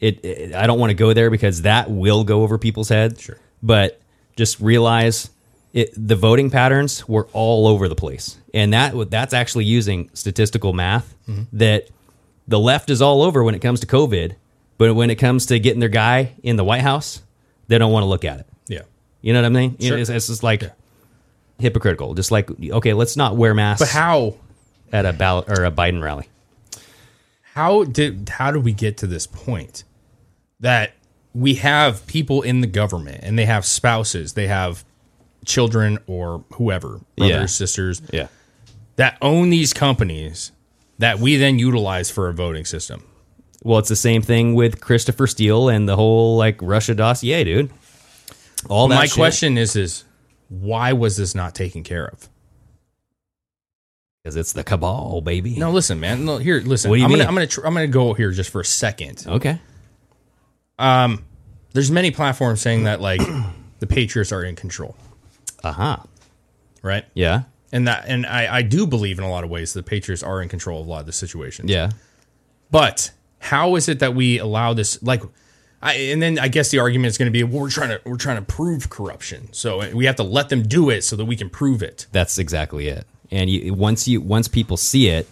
it, it- I don't want to go there because that will go over people's heads.
Sure.
But just realize it, the voting patterns were all over the place. And that wa- that's actually using statistical math
Mm-hmm.
that the left is all over when it comes to COVID. But when it comes to getting their guy in the White House, they don't want to look at it.
Yeah.
You know what I mean? You know,
Sure.
it's, it's just like hypocritical. Just like okay, let's not wear masks
But how
at a ballot or a Biden rally.
how did how did we get to this point that we have people in the government and they have spouses, they have children or whoever, brothers,
Yeah.
sisters,
Yeah.
that own these companies that we then utilize for a voting system.
Well, it's the same thing with Christopher Steele and the whole like Russia dossier, dude. All that
My
shit-
question is is why was this not taken care of?
Because it's the cabal, baby.
No, listen, man. No, here, listen.
What do you
I'm
mean?
Gonna, I'm gonna tr- I'm gonna go here just for a second.
Okay.
Um, There's many platforms saying that like the Patriots are in control,
Uh huh.
right?
Yeah.
And that and I I do believe in a lot of ways the Patriots are in control of a lot of the situations.
Yeah.
But how is it that we allow this like? I, and then I guess the argument is going to be well, we're trying to we're trying to prove corruption, so uh, we have to let them do it so that we can prove it.
That's exactly it. And you, once you once people see it,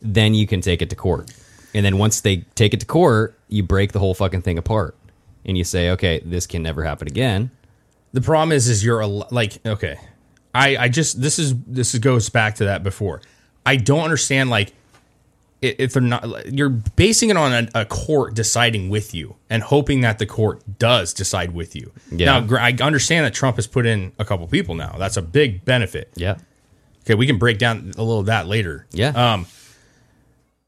then you can take it to court. And then once they take it to court, you break the whole fucking thing apart. And you say, okay, this can never happen again.
The problem is, is you're a, like, okay, I, I just this is this is, goes back to that before. I don't understand like i- if they're not like, you're basing it on a, a court deciding with you and hoping that the court does decide with you.
Yeah.
Now gr- I understand that Trump has put in a couple people now. That's a big benefit.
Yeah.
Okay, we can break down a little of that later.
Yeah.
Um,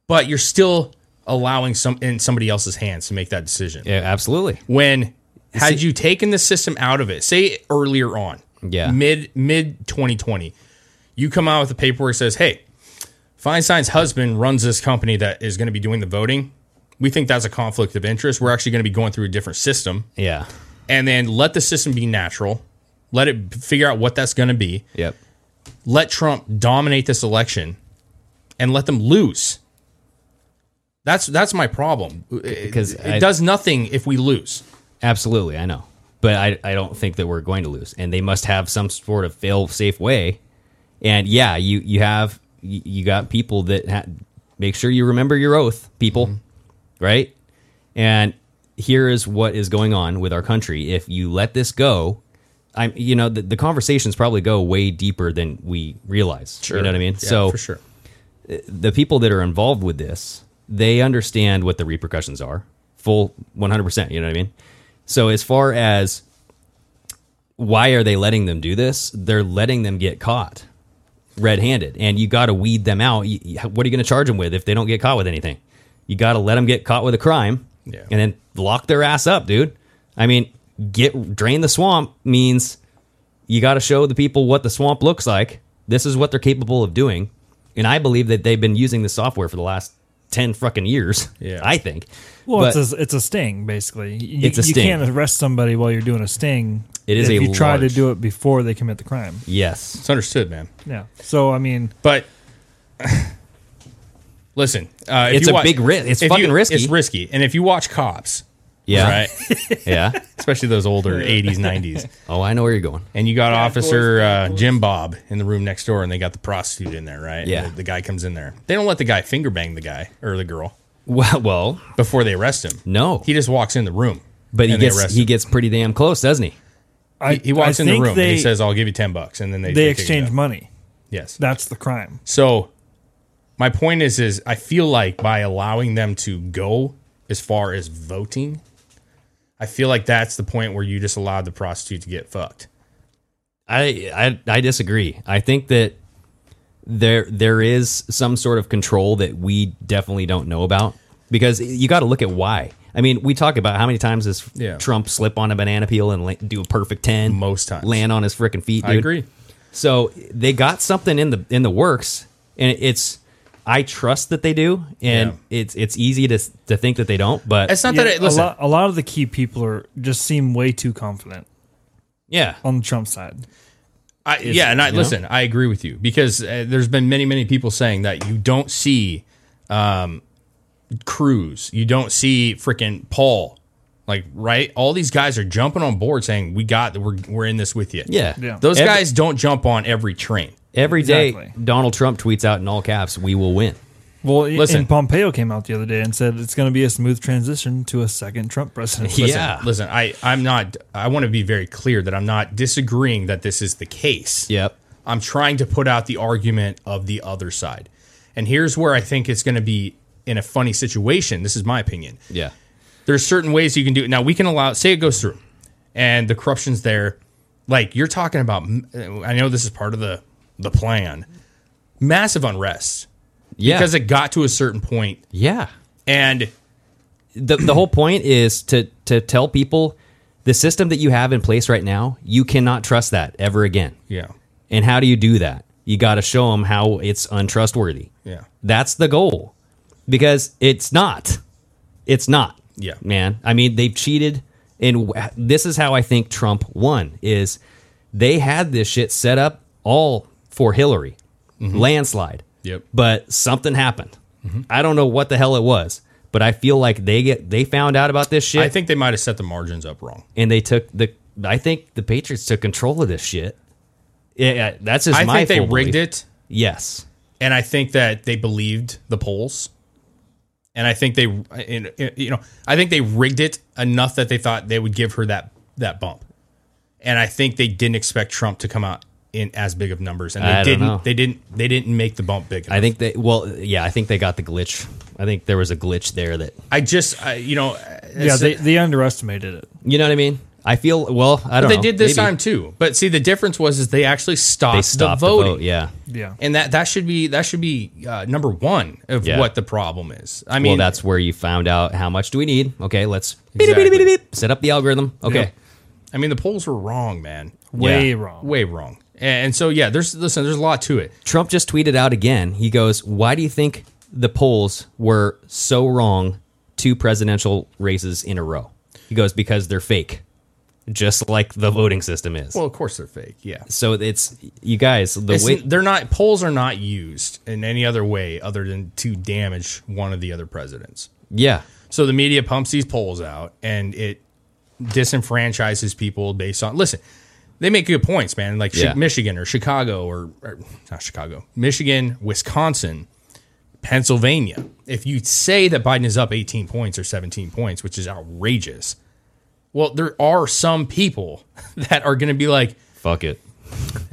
but you're still allowing some in somebody else's hands to make that decision.
Yeah, absolutely.
When had you taken the system out of it, say earlier on,
Yeah.
mid mid 2020, you come out with the paperwork that says, "Hey, Feinstein's husband runs this company that is going to be doing the voting. We think that's a conflict of interest. We're actually going to be going through a different system."
Yeah.
And then let the system be natural. Let it figure out what that's going to be
Yep.
let Trump dominate this election and let them lose. That's that's my problem. Because
Because
it,
I-
does nothing if we lose.
Absolutely, I know. But I, I don't think that we're going to lose. And they must have some sort of fail safe way. And yeah, you, you have you you got people that ha- make sure you remember your oath, people,
Mm-hmm.
right? And here is what is going on with our country. If you let this go, I'm you know the, the conversations probably go way deeper than we realize. You know what I mean?
Yeah,
so
for sure.
the people that are involved with this, they understand what the repercussions are. Full 100%, you know what I mean? So as far as why are they letting them do this? They're letting them get caught red-handed and you got to weed them out. You- you- what are you going to charge them with if they don't get caught with anything? You got to let them get caught with a crime
Yeah.
and then lock their ass up, dude. I mean, get drain the swamp means you got to show the people what the swamp looks like. This is what they're capable of doing. And I believe that they've been using the software for the last 10 fucking years.
Yeah.
I think.
Well,
But-
it's a it's a sting basically. You,
It's a
you
sting.
can't arrest somebody while you're doing a sting.
It is
if
a
you try to
large-
do it before they commit the crime.
yes.
It's understood, man.
Yeah. So I mean,
But listen, uh, if
It's
you
a
watch-
big risk. It's
if
fucking
you-
risky.
It's risky. And if you watch cops,
Yeah.
right,
Yeah.
especially those older '80s, '90s,
Oh, I know where you're going.
and you got Officer uh, Jim Bob in the room next door, and they got the prostitute in there, right?
Yeah.
The, the guy comes in there. They don't let the guy finger bang the guy or the girl
Well, well
before they arrest him.
no.
He just walks in the room.
but he
and they
gets
arrest
he
him.
gets pretty damn close, doesn't he?
I,
he, he walks
I
in the
think
room
They,
and he says, "I'll give you ten bucks," and then they
they
pick it
exchange
up.
money.
Yes.
That's the crime.
so my point is, is I feel like by allowing them to go as far as voting, I feel like that's the point where you just allowed the prostitute to get fucked.
I, I I disagree. I think that there there is some sort of control that we definitely don't know about because you got to look at why. I mean, we talk about how many times does
Yeah.
Trump slip on a banana peel and la- do a perfect ten?
Most times.
land on his freaking feet. Dude.
I agree.
So they got something in the in the works, and it's I trust that they do, and it's it's easy to s- to think that they don't, but
It's not
Yeah,
that. It, uh, listen,
a, lot, a lot of the key people are just seem way too confident
yeah,
on the Trump side.
I, yeah, and I
you know?
listen. I agree with you because uh, there's been many, many people saying that you don't see um, Cruz, you don't see freaking Paul, like right. All these guys are jumping on board saying we got, we're we're in this with you.
yeah,
Yeah.
those
Every-
guys don't jump on every train.
Every day,
Exactly.
Donald Trump tweets out in all caps, "We will win."
Well,
Listen.
Listen. and Pompeo came out the other day and said it's going to be a smooth transition to a second Trump presidency.
Listen,
Yeah.
listen, I, I'm not, I want to be very clear that I'm not disagreeing that this is the case.
Yep.
I'm trying to put out the argument of the other side. And here's where I think it's going to be in a funny situation. This is my opinion.
Yeah.
There's certain ways you can do it. Now, we can allow, say it goes through and the corruption's there. Like you're talking about, I know this is part of the, the plan, massive unrest
Yeah.
because it got to a certain point
yeah.
and
the, the whole point is to to tell people the system that you have in place right now you cannot trust that ever again
yeah,
and how do you do that you got to show them how it's untrustworthy
yeah.
that's the goal because it's not it's not
Yeah.
man i mean they've cheated and wh- this is how i think trump won is they had this shit set up all for hillary landslide
Mm-hmm. Yep. Mm-hmm.
but something happened i don't know what the hell it was but i feel like they get they found out about this shit
I think they might have set the margins up wrong.
and they took the i think the patriots took control of this shit yeah, yeah that's just
I
my
think they
full
rigged
belief.
it,
yes
and I think that they believed the polls, and I think they, and, and, you know, I think they rigged it enough that they thought they would give her that that bump, and I think they didn't expect Trump to come out in as big of numbers, and they
I don't
didn't.
know.
They didn't. They didn't make the bump big.
I
enough.
think they well, yeah, I think they got the glitch. I think there was a glitch there that
I just, I, you know,
yeah, they, they underestimated it.
you know what I mean. I feel well. I
but
don't.
they
know,
did this
maybe.
time too. But see, the difference was is they actually stopped,
They stopped
the
the,
voting.
vote. Yeah.
Yeah.
And that, that should be that should be uh, number one of
Yeah.
what the problem is. I mean,
well, that's where you found out how much do we need. Okay, let's beep,
Exactly.
beep, beep, beep, beep, set up the algorithm. Okay.
I mean, the polls were wrong, man.
Way
Yeah.
wrong.
Um, way wrong. And so yeah, there's listen, there's a lot to it.
Trump just tweeted out again. He goes, "Why do you think the polls were so wrong two presidential races in a row?" He goes, "Because they're fake, just like the voting system is."
Well, of course they're fake. Yeah.
so it's you guys. The
It's-
way
they're not polls are not used in any other way other than to damage one of the other presidents.
yeah.
So the media pumps these polls out and it disenfranchises people based on listen, they make good points, man. Like Chi-
Yeah.
Michigan or Chicago or, or not Chicago, Michigan, Wisconsin, Pennsylvania. If you say that Biden is up 18 points or 17 points, which is outrageous, well, there are some people that are going to be like,
Fuck it.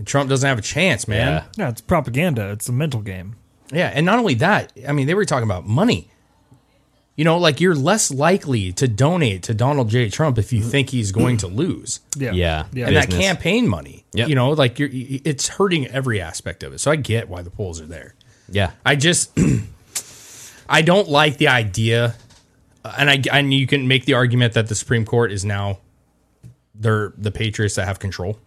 Trump doesn't have a chance, man.
Yeah.
Yeah, it's propaganda. It's a mental game.
Yeah, and not only that, I mean, they were talking about money. You know, like you're less likely to donate to Donald J. Trump if you think he's going to lose,
Yeah.
Yeah.
Yeah.
and that
Business.
campaign money.
Yep.
You know, like you're, it's hurting every aspect of it. So I get why the polls are there.
Yeah.
I just, I don't like the idea, uh, and I and you can make the argument that the Supreme Court is now, they're the Patriots that have control,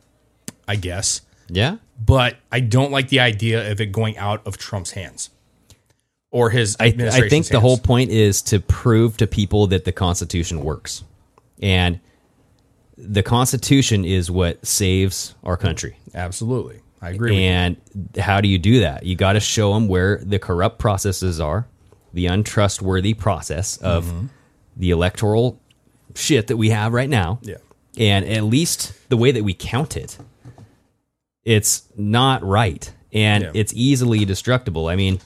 I guess.
Yeah.
but I don't like the idea of it going out of Trump's hands or his.
I, I think
administration's
the whole
hands.
point is to prove to people that the Constitution works. And the Constitution is what saves our country.
Absolutely, I agree. with you.
And how do you do that? You got to show them where the corrupt processes are, the untrustworthy process of
Mm-hmm.
the electoral shit that we have right now.
Yeah.
And at least the way that we count it, it's not right. And
Yeah.
it's easily destructible. I mean,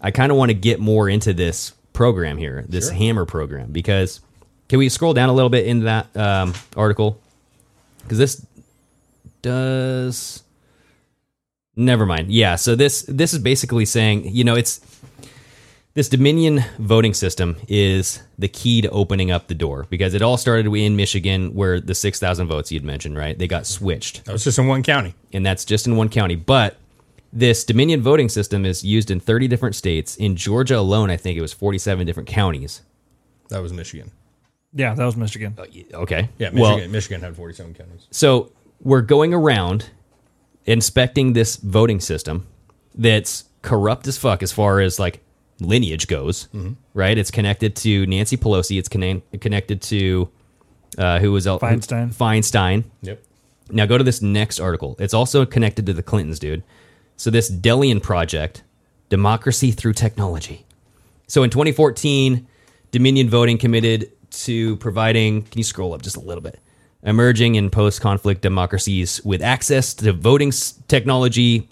I kind of want to get more into this program here, this hammer program, because can we scroll down a little bit into that um, article? Because this does never mind yeah so this this is basically saying you know it's this dominion voting system is the key to opening up the door because it all started in michigan where the 6000 votes you'd mentioned right they got switched
That was just in one county.
and that's just in one county but this dominion voting system is used in 30 different states in georgia alone i think it was 47 different counties Uh,
That was Michigan.
Yeah, that was Michigan.
okay
Yeah, Michigan.
well,
Michigan had forty-seven counties.
So we're going around inspecting this voting system that's corrupt as fuck as far as like lineage goes, right? It's connected to Nancy Pelosi. It's conne- connected to uh, who was el-
Feinstein.
Feinstein.
Yep.
Now go to this next article. It's also connected to the Clintons, dude. So this Delian project, democracy through technology. So in 2014, Dominion Voting committed to providing, can you scroll up just a little bit? Emerging and post-conflict democracies with access to voting s- technology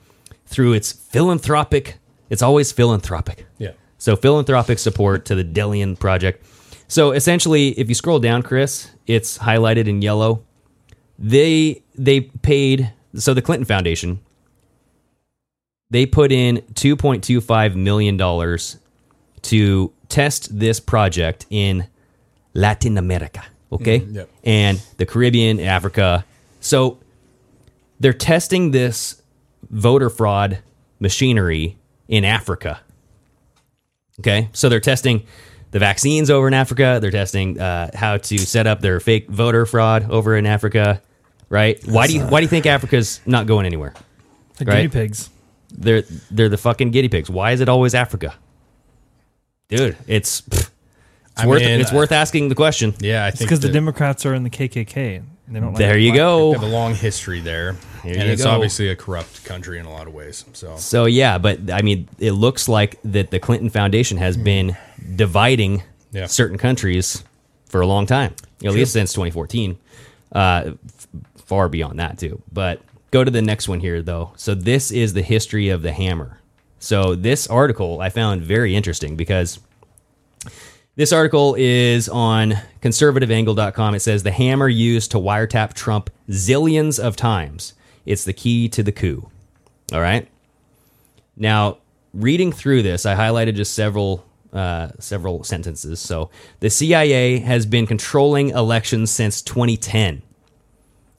through its philanthropic, it's always philanthropic
Yeah.
So philanthropic support to the Delian project. So essentially, if you scroll down, Chris, it's highlighted in yellow. They they paid so the Clinton Foundation they put in 2.25 million dollars to test this project in Latin America, okay?
yep.
And the Caribbean, Africa. So they're testing this voter fraud machinery in Africa. Okay? So they're testing the vaccines over in Africa, they're testing uh, how to set up their fake voter fraud over in Africa, right? Why do you why do you think Africa's not going anywhere?
The
Right.
guinea pigs.
They're they're the fucking guinea pigs. Why is it always Africa? Dude, it's pfft, it's
I
worth
mean,
it's
I-
worth asking the question.
Yeah, I
It's
think
because the
that-
Democrats are in the KKK. And they don't like
There you
black-
they
go.
have a long history there, and
you
it's
go.
obviously a corrupt country in a lot of ways. So
So yeah, but I mean, it looks like that the Clinton Foundation has been dividing
Yeah.
certain countries for a long time, at least since 2014. Uh, f- far beyond that too. But go to the next one here though. So this is the history of the hammer. So this article I found very interesting because this article is on conservativeangle.com. It says the hammer used to wiretap Trump zillions of times. It's the key to the coup. All right. Now, reading through this, I highlighted just several uh, several sentences. So, the CIA has been controlling elections since 2010,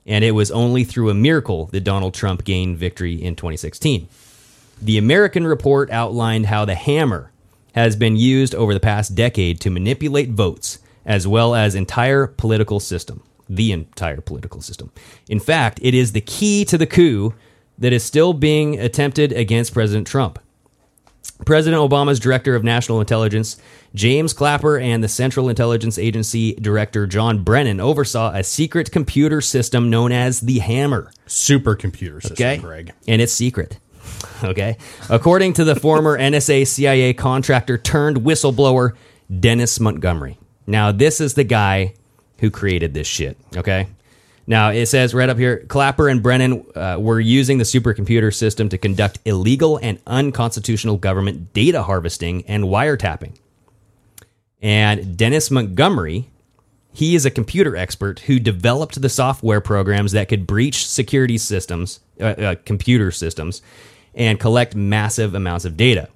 and it was only through a miracle that Donald Trump gained victory in 2016. The American report outlined how the hammer has been used over the past decade to manipulate votes as well as entire political system, the entire political system. In fact, it is the key to the coup that is still being attempted against President Trump. President Obama's Director of National Intelligence, James Clapper, and the Central Intelligence Agency Director John Brennan oversaw a secret computer system known as the Hammer.
supercomputer system,
Okay.
Greg.
And it's secret. Okay. According to the former NSA CIA contractor turned whistleblower, Dennis Montgomery. Now, this is the guy who created this shit. Okay. Now, it says right up here Clapper and Brennan uh, were using the supercomputer system to conduct illegal and unconstitutional government data harvesting and wiretapping. And Dennis Montgomery, he is a computer expert who developed the software programs that could breach security systems, uh, uh, computer systems, and collect massive amounts of data.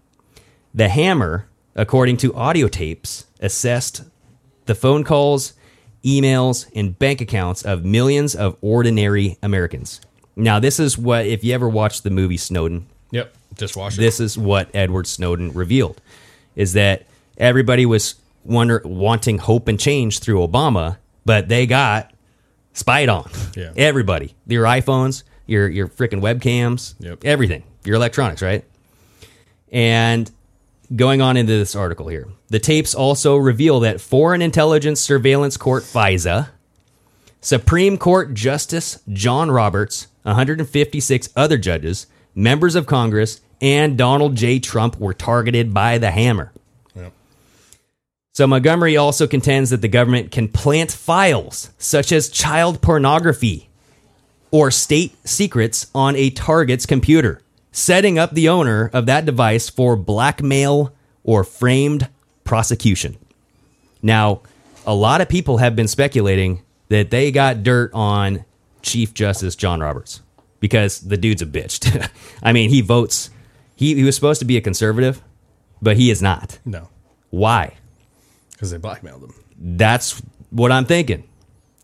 The hammer, according to audio tapes, assessed the phone calls, emails, and bank accounts of millions of ordinary Americans. Now, this is what, if you ever watched the movie Snowden,
Yep, just watch it.
this is what Edward Snowden revealed is that everybody was wonder wanting hope and change through Obama, but they got spied on.
Yeah.
Everybody. Your iPhones, your your freaking webcams,
Yep.
everything. Your electronics, right? And going on into this article here. The tapes also reveal that Foreign Intelligence Surveillance Court FISA Supreme Court Justice John Roberts, 156 other judges, members of Congress, and Donald J. Trump were targeted by the hammer.
Yep.
So Montgomery also contends that the government can plant files such as child pornography or state secrets on a target's computer, setting up the owner of that device for blackmail or framed prosecution. Now, a lot of people have been speculating that they got dirt on Chief Justice John Roberts because the dude's a bitch. I mean, he votes. He, he was supposed to be a conservative, but he is not.
No,
Why?
because they blackmailed them.
That's what I'm thinking.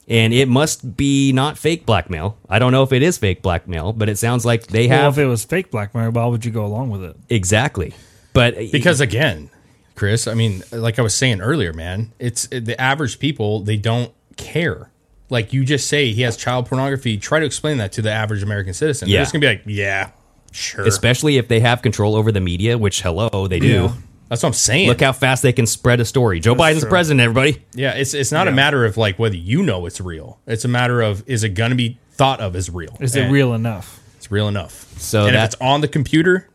And it must be not fake blackmail. I don't know if it is fake blackmail, but it sounds like they
Well, if
have
it was fake blackmail, why would you go along with it?
exactly. But e,
Because again, Chris, I mean, like I was saying earlier, man, it's it- the average people they don't care. Like you just say he has child pornography. Try to explain that to the average American citizen.
Yeah.
They're just gonna be like, yeah, sure.
e, especially if they have control over the media, which hello, they do.
That's what I'm saying.
Look how fast they can spread a story. Joe Biden's president, everybody.
yeah, it's it's not a matter of like whether you know it's real. It's a matter of is it gonna be thought of as real?
Is it
And
real enough?
It's real enough.
So
and
that-
if it's on the computer,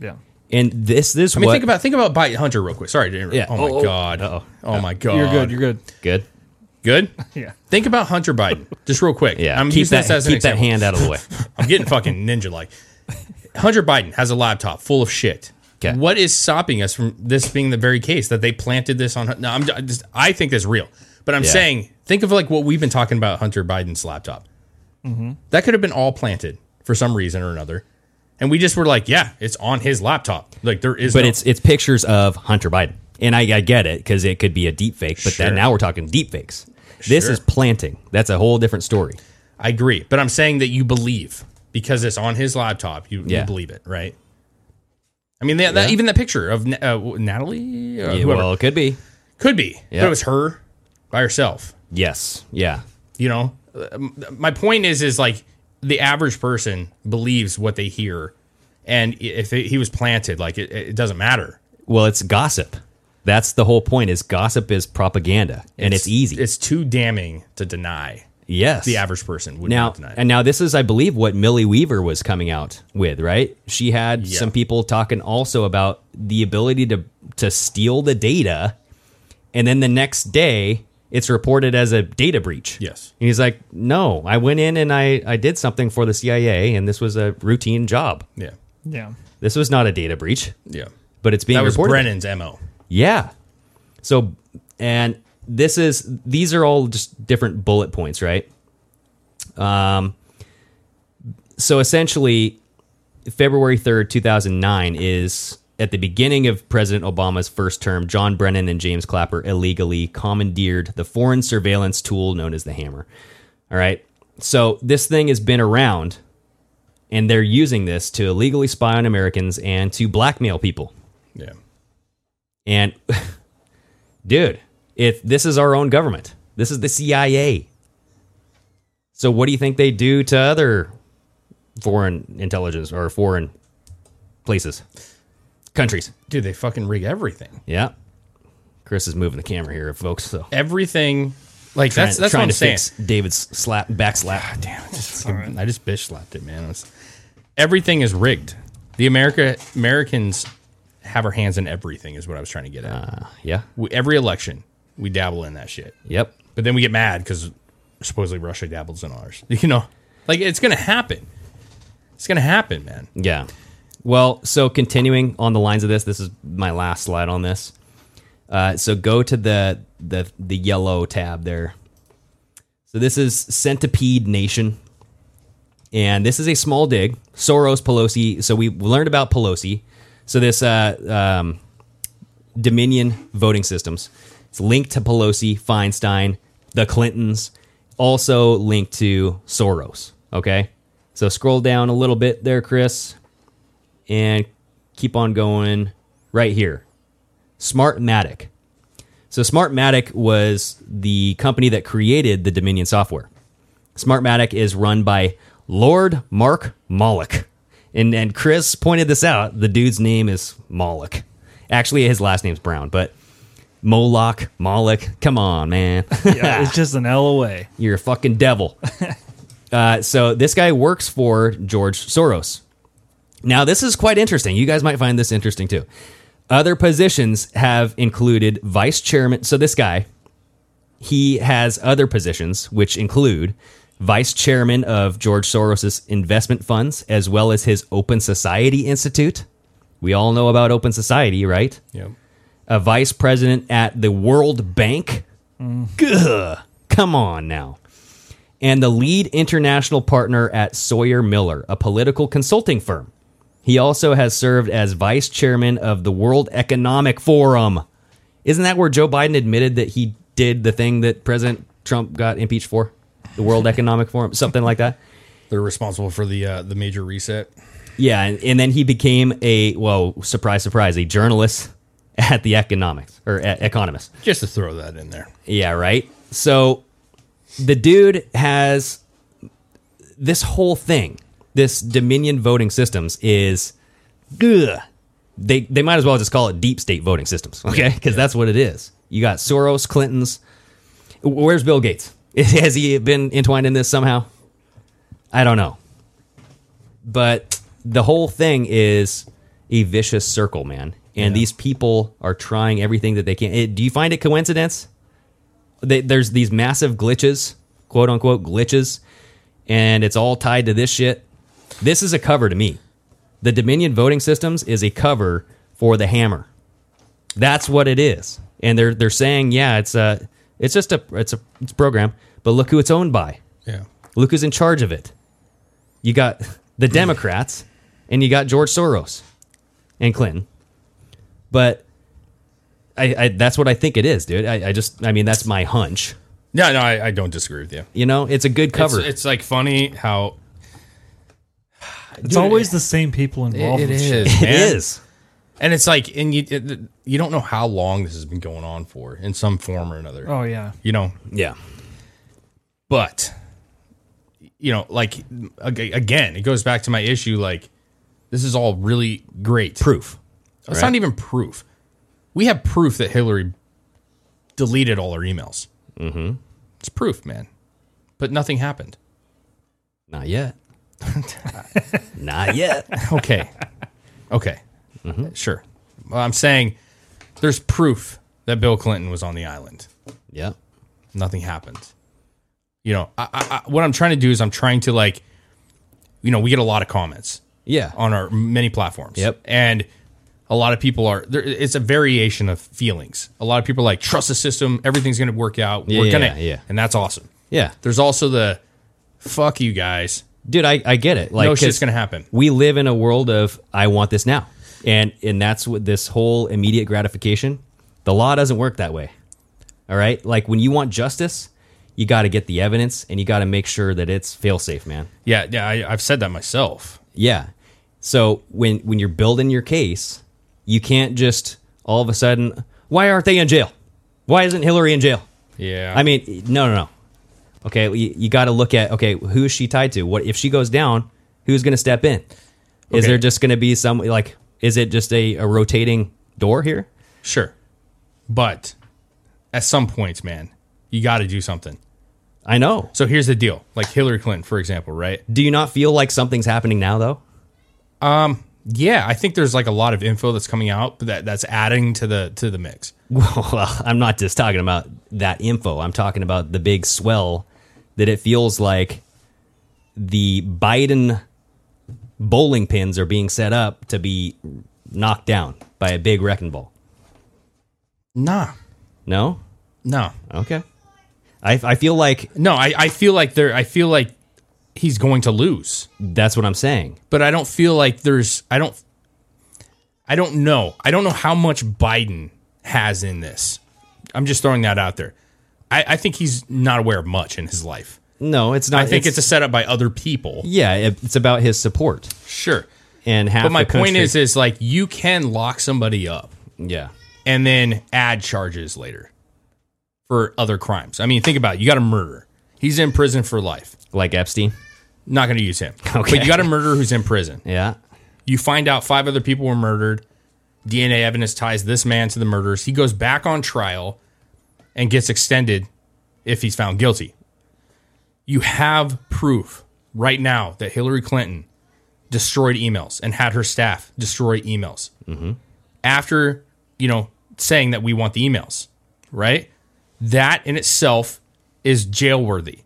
Yeah.
And this this
I mean,
what
think about think about Bite Hunter real quick. Sorry, to interrupt.
Yeah.
Oh my
Oh, oh.
god.
Uh-oh.
Oh my god.
You're good. You're good.
good.
Good.
Yeah.
Think about Hunter Biden just real quick.
Yeah,
I'm
keep
using
that
this as an
keep that
example.
hand out of the way.
I'm getting fucking ninja like. Hunter Biden has a laptop full of shit.
Okay.
What is stopping us from this being the very case that they planted this on? No, I'm I just I think that's real, but I'm
Yeah.
saying think of like what we've been talking about Hunter Biden's laptop.
Mm-hmm.
That could have been all planted for some reason or another, and we just were like, yeah, it's on his laptop. Like there is,
but
no-
it's it's pictures of Hunter Biden, and I, I get it because it could be a deep fake. But
Sure.
then now we're talking deep fakes. This
Sure.
is planting. That's a whole different story.
I agree, but I'm saying that you believe because it's on his laptop. You,
Yeah.
you believe it, right? I mean, that, that, even that picture of Na- uh, Natalie, uh,
Yeah,
whoever,
well, it could be.
could be,
Yeah.
but it was her by herself.
Yes. Yeah.
You know, Uh, my point is, is like the average person believes what they hear, and i- if it, he was planted, like it, it doesn't matter.
Well, it's gossip. That's the whole point. Is gossip is propaganda, and it's, easy.
It's too damning to deny.
yes.
The average person would
now
not deny. it.
and now this is i believe what millie weaver was coming out with right she had
Yeah.
some people talking also about the ability to to steal the data and then the next day it's reported as a data breach
Yes.
and he's like no i went in and i i did something for the cia and this was a routine job
yeah,
Yeah.
this was not a data breach
yeah.
but it's being
That was
reported
Brennan's mo.
yeah. So and this is these are all just different bullet points, right? Um so essentially February 3rd, 2009 is at the beginning of President Obama's first term, John Brennan and James Clapper illegally commandeered the foreign surveillance tool known as the Hammer. All right. So this thing has been around and they're using this to illegally spy on Americans and to blackmail people.
Yeah,
And dude, if this is our own government, this is the CIA. So what do you think they do to other foreign intelligence or foreign places? Countries.
dude, they fucking rig everything.
Yeah. Chris is moving the camera here, folks. So
Everything. Like that's
Trying-
that's what
trying
I'm
to
saying.
fix David's slap back slap. Damn.
I just bitch slapped it, man. It was- everything is rigged. The America Americans have our hands in everything, is what I was trying to get at.
Uh, Yeah.
we, every election, we dabble in that shit,
Yep.
but then we get mad because supposedly Russia dabbles in ours. You know, like it's gonna happen. It's gonna happen, man.
Yeah. Well, so continuing on the lines of this, this is my last slide on this. Uh, so go to the the the yellow tab there. So this is Centipede Nation, and this is a small dig. Soros, Pelosi. So we learned about Pelosi. So this uh, um, Dominion voting systems. It's linked to Pelosi, Feinstein, the Clintons, also linked to Soros. Okay. So scroll down a little bit there, Chris, and keep on going right here. Smartmatic. So Smartmatic was the company that created the Dominion software. Smartmatic is run by Lord Mark Moloch. And and Chris pointed this out. The dude's name is Moloch. Actually, his last name's Brown, but Moloch, Moloch. Come on, man.
Yeah. it's just an L away.
You're a fucking devil. uh, so this guy works for George Soros. Now, this is quite interesting. You guys might find this interesting too. Other positions have included vice chairman. So this guy, he has other positions, which include vice chairman of George Soros' investment funds, as well as his Open Society Institute. We all know about Open Society, right?
Yep.
a vice president at the World Bank. Gah, come on now. And the lead international partner at Sawyer Miller, a political consulting firm. He also has served as vice chairman of the World Economic Forum. Isn't that where Joe Biden admitted that he did the thing that President Trump got impeached for? The World Economic Forum, something like that.
They're responsible for the uh, the major reset.
Yeah, and, and then he became a well, surprise, surprise, a journalist at the Economics or at Economist.
Just to throw that in there.
Yeah, right. So the dude has this whole thing, this Dominion voting systems is ugh. They they might as well just call it deep state voting systems, okay? Because that's what it is. You got Soros, Clinton's. Where's Bill Gates? Has he been entwined in this somehow? I don't know. But the whole thing is a vicious circle, man. And these people are trying everything that they can. Eh, do you find it coincidence? they, there's these massive glitches, quote unquote glitches, and it's all tied to this shit. This is a cover to me. The Dominion voting systems is a cover for the hammer. That's what it is. And they're they're saying, yeah, it's a it's just a it's a it's a program, but look who it's owned by.
Yeah.
Look who's in charge of it. You got the Democrats and you got George Soros and Clinton. But I, I that's what I think it is, dude. I, I just I mean that's my hunch.
No, no, I, I don't disagree with you. It's-
You know, it's a good cover.
It's, like funny how
It's always the same people involved.
it
with shit.
is.
It
Oh, man.
is.
and it's like, and you it, you don't know how long this has been going on for in some form or another.
Oh yeah.
You know,
Yeah.
but you know, like ag- again, it goes back to my issue. Like, this is all really great
Proof.
It's not even proof. We have proof that Hillary deleted all her emails. Mm-hmm. It's proof, man. But nothing happened.
Not yet. Not yet.
Okay. Mm-hmm. okay. Sure. Well, I'm saying there's proof that Bill Clinton was on the island.
Yeah.
Nothing happened. You know, I, I, I, what I'm trying to do is I'm trying to like, you know, we get a lot of comments.
Yeah.
on our many platforms.
Yep.
And a lot of people are there. It's a variation of feelings. A lot of people are like trust the system. Everything's going to work out. We're
Yeah,
gonna,
yeah.
And that's awesome.
yeah.
There's also the fuck you guys.
Dude, I, I get it. Like
no shit's
'cause
going to happen.
We live in a world of I want this now. And and that's what this whole immediate gratification. The law doesn't work that way. All right? Like when you want justice, you got to get the evidence and you got to make sure that it's fail safe, man.
Yeah, yeah. I, I've said that myself.
Yeah. So when when you're building your case, you can't just all of a sudden, why aren't they in jail? Why isn't Hillary in jail?
Yeah.
I mean, no, no, no. Okay, you, you got to look at okay, who is she tied to? What if she goes down? Who's going to step in? Is
Okay.
there just going to be some like? Is it just a, a rotating door here?
sure. But at some points, man, you got to do something.
I know.
So here's the deal. Like Hillary Clinton, for example, right?
Do you not feel like something's happening now though?
Yeah, I think there's like a lot of info that's coming out that that's adding to the to the mix.
Well, I'm not just talking about that info. I'm talking about the big swell that it feels like the Biden bowling pins are being set up to be knocked down by a big wrecking ball.
Nah,
No?
no.
Okay. I, I feel like
No, I, I feel like there. I feel like he's going to lose,
that's what I'm saying.
but I don't feel like there's. I don't. I don't know. I don't know how much Biden has in this. I'm just throwing that out there. I, I think he's not aware of much in his life.
No, it's not.
I think it's, a setup by other people.
yeah. It, it's about his support
Sure,
and half.
but my
the country-
point is, is like you can lock somebody up
yeah,
and then add charges later for other crimes. I mean, think about it. You got a murder. He's in prison for life.
like Epstein.
Not going to use him.
Okay.
But you got a murderer who's in prison.
Yeah,
You find out five other people were murdered. DNA evidence ties this man to the murders. He goes back on trial and gets extended if he's found guilty. You have proof right now that Hillary Clinton destroyed emails and had her staff destroy emails after, you know, saying that we want the emails, right? That in itself is jail worthy.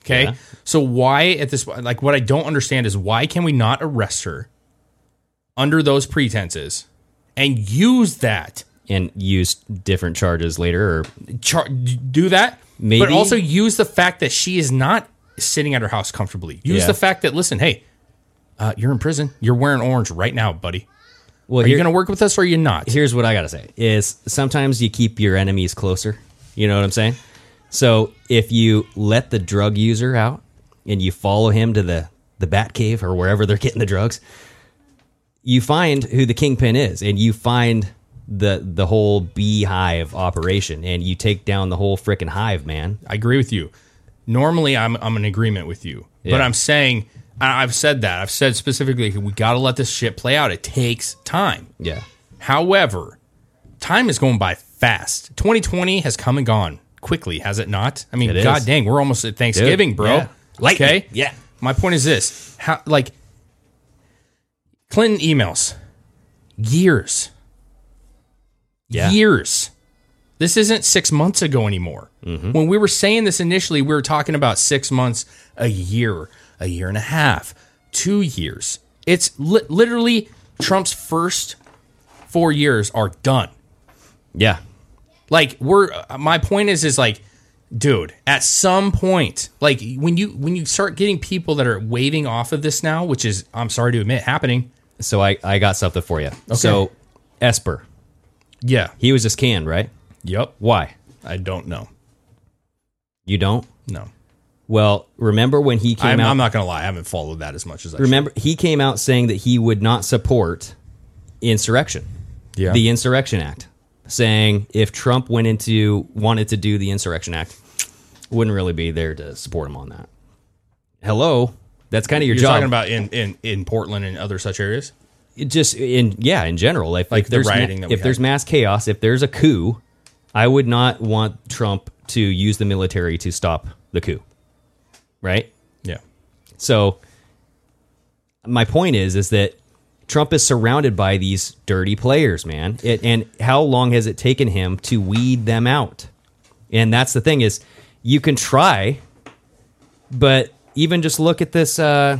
Okay.
Yeah.
So why at this like what I don't understand is why can we not arrest her under those pretenses and use that
and used different charges later. Or
char- do that but
Maybe.
also use the fact that she is not sitting at her house comfortably use
Yeah.
the fact that listen hey uh, you're in prison you're wearing orange right now buddy
well,
are you
here,
going to work with us or are you not
here's what I gotta say: is sometimes you keep your enemies closer. You know what I'm saying? So if you let the drug user out and you follow him to the the Bat Cave or wherever they're getting the drugs, you find who the kingpin is and you find the the whole beehive operation and you take down the whole freaking hive man
I agree with you. Normally, I'm I'm in agreement with you,
Yeah.
but I'm saying I- I've said that I've said specifically we got to let this shit play out. It takes time.
yeah
However, time is going by fast. 2020 has come and gone quickly, has it not? I mean,
It is.
god dang, we're almost at Thanksgiving,
Dude,
bro.
yeah. Lightning,
Okay,
yeah.
My point is this: how like Clinton emails years,
Yeah.
years. This isn't six months ago anymore. When we were saying this initially, we were talking about six months, a year, a year and a half, two years. It's li- literally Trump's first four years are done.
Yeah.
Like we're my point is is like dude, at some point, like when you when you start getting people that are waving off of this now, which is I'm sorry to admit happening.
So I, I got something for you. So Esper,
Yeah.
he was just canned, right?
Yep.
Why?
I don't know.
You don't?
No.
Well, remember when he came
I'm,
out?
I'm not going to lie. I haven't followed that as much as I should.
remember he came out saying that he would not support insurrection.
Yeah.
The Insurrection Act, saying if Trump went into wanted to do the Insurrection Act, wouldn't really be there to support him on that. Hello, that's kind of your
You're
job.
talking about in, in, in Portland and other such areas?
It just in yeah in general if,
Like
if
the
there's ma-
rioting that we
if there's
had.
mass chaos if there's a coup i would not want trump to use the military to stop the coup right
Yeah.
so my point is is that Trump is surrounded by these dirty players, man. It, and how long has it taken him to weed them out? And that's the thing is you can try, but even just look at this uh,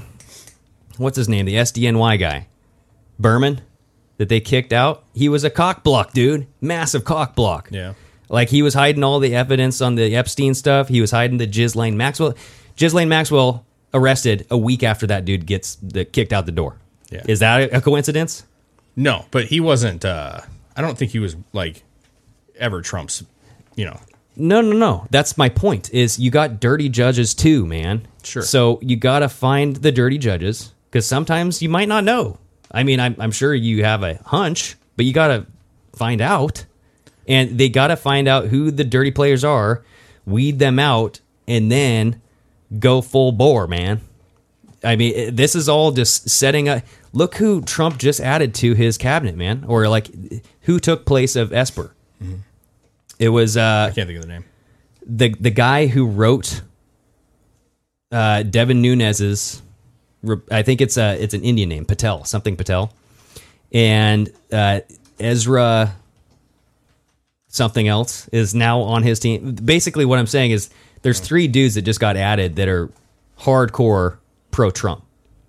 what's his name? The SDNY guy. Berman that they kicked out. He was a cock block, dude. Massive cock block.
Yeah.
Like he was hiding all the evidence on the Epstein stuff. He was hiding the Ghislaine Maxwell. Ghislaine Maxwell arrested a week after that dude gets the, kicked out the door.
Yeah.
Is that a coincidence?
No, but he wasn't. Uh, I don't think he was like ever Trump's, you know.
No, no, no. That's my point. Is you got dirty judges too, man.
Sure.
So you gotta find the dirty judges because sometimes you might not know. I mean, I'm, I'm sure you have a hunch, but you gotta find out, and they gotta find out who the dirty players are, weed them out, and then go full bore, man. I mean, it- this is all just setting a look who Trump just added to his cabinet, man, or like who took place of Esper. It was uh,
I can't think of the name.
the the guy who wrote uh, Devin Nunes's, re- I think it's a it's an Indian name, Patel, something Patel, and uh, Ezra something else is now on his team. Basically, what I'm saying is there's three dudes that just got added that are hardcore pro Trump,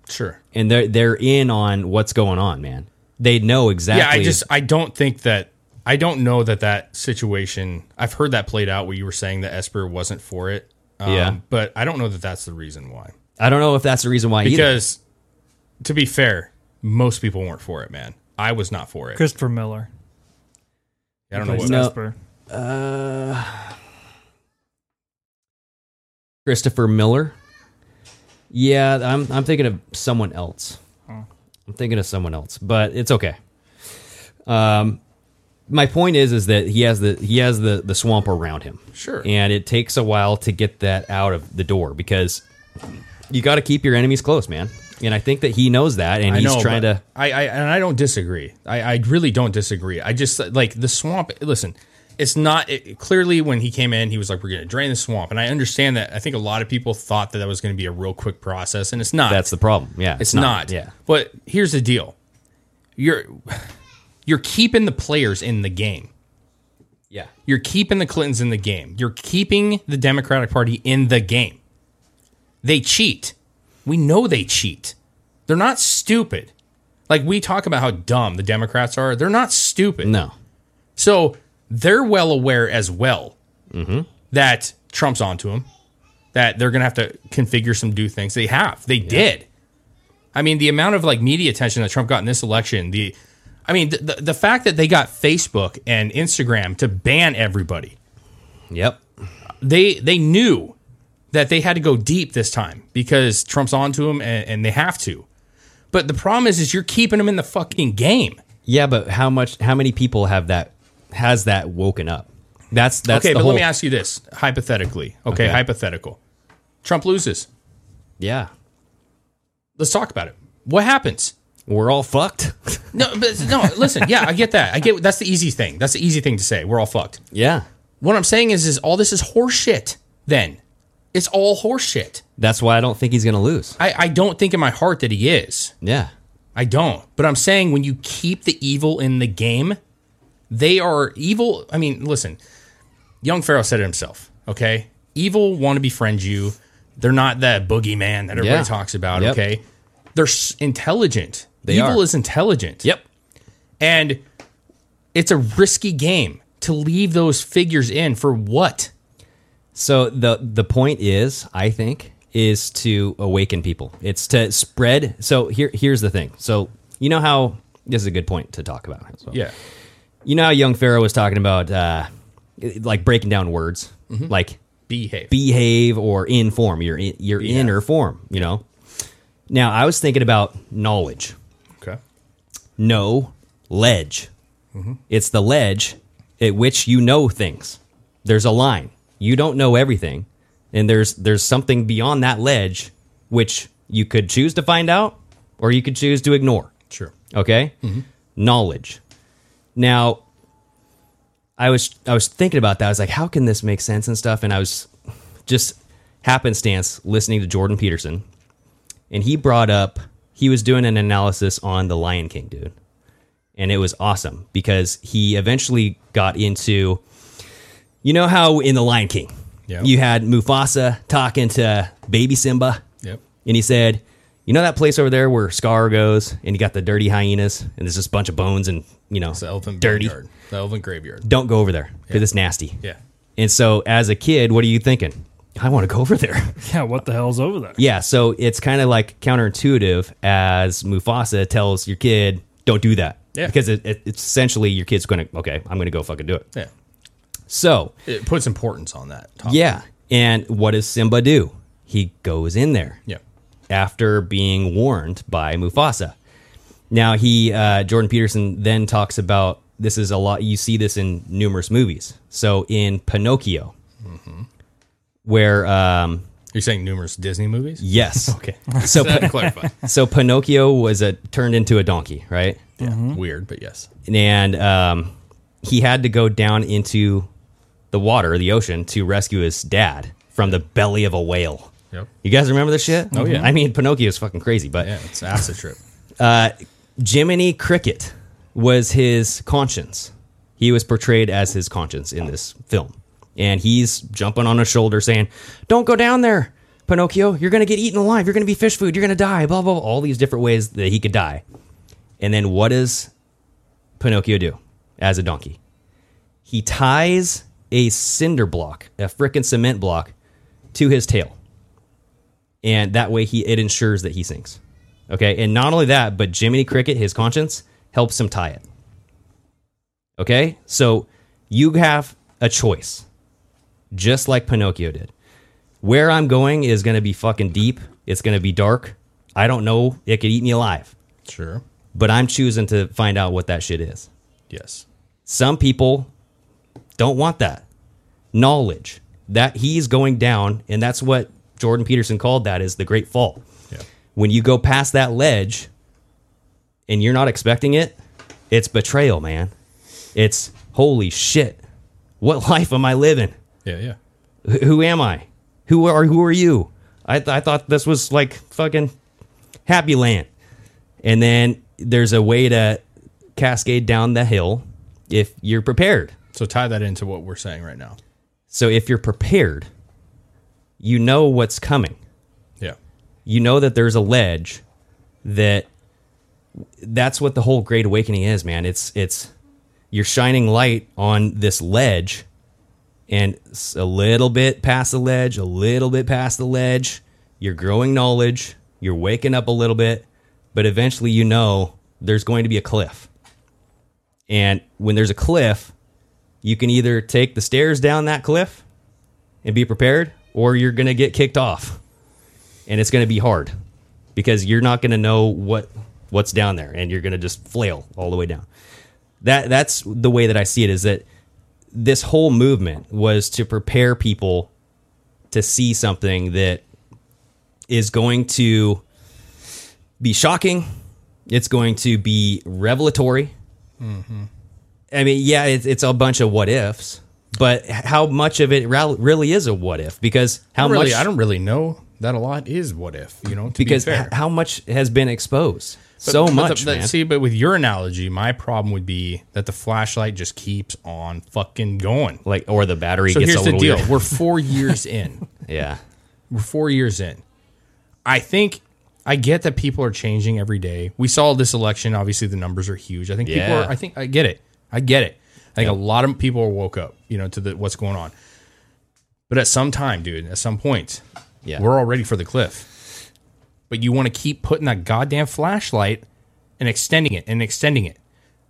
Sure.
and they're they're in on what's going on, man. They know
Yeah,
exactly.
I just I don't think that I don't know that that situation. I've heard that played out where you were saying that Esper wasn't for it. Um,
Yeah.
but I don't know that that's the reason why.
I don't know if that's the reason why either.
Because to be fair, most people weren't for it, man. I was not for it.
Christopher Miller.
I don't know
plays
what.
No.
Esper.
Uh, Christopher Miller. Yeah, I'm I'm thinking of someone else.
Oh.
I'm thinking of someone else, but it's okay. Um, my point is is that he has the he has the the swamp around him.
Sure.
And it takes a while to get that out of the door because you got to keep your enemies close, man. And I think that he knows that, and
I
he's
know,
trying
but
to.
I, I and I don't disagree. I, I really don't disagree. I just like the swamp. Listen, it's not it, clearly when he came in, he was like, "We're going to drain the swamp," and I understand that. I think a lot of people thought that that was going to be a real quick process, and it's not.
That's the problem. Yeah,
it's not.
Yeah,
But here's the deal: you're you're keeping the players in the game.
yeah.
You're keeping the Clintons in the game. You're keeping the Democratic Party in the game. They cheat. We know they cheat. They're not stupid. Like we talk about how dumb the Democrats are, they're not stupid.
No.
So they're well aware as well that Trump's onto them, that they're going to have to configure some do things. They have. They did. I mean, the amount of like media attention that Trump got in this election, the, I mean, the, the, the fact that they got Facebook and Instagram to ban everybody,
Yep.
they they knew that they had to go deep this time because Trump's onto them and, and they have to. But the problem is, is you're keeping them in the fucking game.
Yeah, but how much? How many people have that? Has that woken up? That's that's
okay,
the
but
whole,
let me ask you this hypothetically. okay,
Okay.
hypothetical. Trump loses.
Yeah,
Let's talk about it. What happens?
we're all fucked.
No, but no, listen, yeah, I get that. I get that's the easy thing. That's the easy thing to say. We're all fucked.
yeah.
What I'm saying is is all this is horseshit then. It's all horseshit.
That's why I don't think he's going to lose.
I, I don't think in my heart that he is.
Yeah.
I don't. But I'm saying when you keep the evil in the game, they are evil. I mean, listen, young Pharaoh said it himself, okay? Evil want to befriend you. They're not that boogeyman that everybody
Yeah.
talks about,
Yep.
okay? They're s- intelligent.
They
evil
are.
is intelligent.
Yep.
And it's a risky game to leave those figures in for what?
So the the point is, I think, is to awaken people. It's to spread. So here here's the thing. So you know how this is a good point to talk about. So, You know how young Pharaoh was talking about uh, like breaking down words,
Mm-hmm.
like
behave.
behave or in form, your in, your inner form. You know. Now I was thinking about knowledge.
okay.
No ledge. It's the ledge at which you know things. There's a line. You don't know everything, and there's there's something beyond that ledge which you could choose to find out or you could choose to ignore.
Sure.
Okay? Knowledge. Now I was I was thinking about that. I was like, how can this make sense and stuff? And I was just happenstance listening to Jordan Peterson, and he brought up he was doing an analysis on the Lion King, dude, and it was awesome because he eventually got into, you know how in the Lion King,
Yeah.
you had Mufasa talking to baby Simba,
Yep.
and he said, you know that place over there where Scar goes, and you got the dirty hyenas, and there's just a bunch of bones and you know
It's the elephant
dirty.
graveyard. The elephant graveyard.
Don't go over there because it's nasty.
Yeah.
And so as a kid, what are you thinking? I want to go over there.
Yeah, what the hell's over there?
yeah, so it's kind of like counterintuitive as Mufasa tells your kid, don't do that.
Yeah.
Because it, it, it's essentially your kid's going to, okay, I'm going to go fucking do it.
Yeah.
So,
It puts importance on that. Topic.
yeah. And what does Simba do? He goes in there
Yeah.
after being warned by Mufasa. Now he uh, Jordan Peterson then talks about this is a lot you see this in numerous movies. So in Pinocchio,
Mm-hmm.
where um,
You're saying numerous Disney movies?
yes, okay. So
That clarify.
so Pinocchio was a turned into a donkey, right?
Yeah. Weird, but yes.
And um, he had to go down into the water, the ocean, to rescue his dad from the belly of a whale.
Yep.
You guys remember this shit? Oh
yeah.
I mean, Pinocchio is fucking crazy, but
Yeah, it's an acid trip.
Jiminy Cricket was his conscience. He was portrayed as his conscience in this film. And he's jumping on his shoulder saying, Don't go down there, Pinocchio. You're going to get eaten alive. You're going to be fish food. You're going to die. Blah, blah, blah. All these different ways that he could die. And then what does Pinocchio do as a donkey? He ties a cinder block, a frickin' cement block, to his tail. And that way he it ensures that he sinks. Okay. And not only that, but Jiminy Cricket, his conscience, helps him tie it. Okay. So you have a choice, just like Pinocchio did. Where I'm going is going to be fucking deep. It's going to be dark. I don't know. It could eat me alive,
Sure.
but I'm choosing to find out what that shit is.
Yes.
Some people don't want that knowledge that he's going down. And that's what Jordan Peterson called that is the great fall
Yeah.
when you go past that ledge and you're not expecting it, it's betrayal, man. It's holy shit. What life am I living?
Yeah. Yeah.
Wh- Who am I? Who are who are you? I th- I thought this was like fucking happy land. And then there's a way to cascade down the hill if you're prepared.
So tie that into what we're saying right now.
So if you're prepared, you know what's coming.
Yeah.
you know that there's a ledge that that's what the whole great awakening is man it's it's you're shining light on this ledge and s- a little bit past the ledge a little bit past the ledge you're growing knowledge you're waking up a little bit but eventually you know there's going to be a cliff and when there's a cliff you can either take the stairs down that cliff and be prepared or you're going to get kicked off and it's going to be hard because you're not going to know what what's down there and you're going to just flail all the way down that that's the way that i see it is that this whole movement was to prepare people to see something that is going to be shocking it's going to be revelatory
Mm-hmm.
i mean yeah it's, it's a bunch of what ifs but how much of it rel- really is a what if because how
really,
much
I don't really know that a lot is what if, you know, to
because
be fair.
h- how much has been exposed? so
But the-
much,
the-
man.
See, but with your analogy, my problem would be that the flashlight just keeps on fucking going.
like, or the battery
So
gets
here's
a
the
little
deal:
weird.
we're four years in.
Yeah,
We're four years in. I think I get that people are changing every day. We saw this election. Obviously, the numbers are huge. I think people
Yeah.
are. I think I get it. I get it. I think a lot of people are woke up, you know, to the what's going on. But at some time, dude, at some point,
Yeah.
we're all ready for the cliff. But you want to keep putting that goddamn flashlight and extending it and extending it.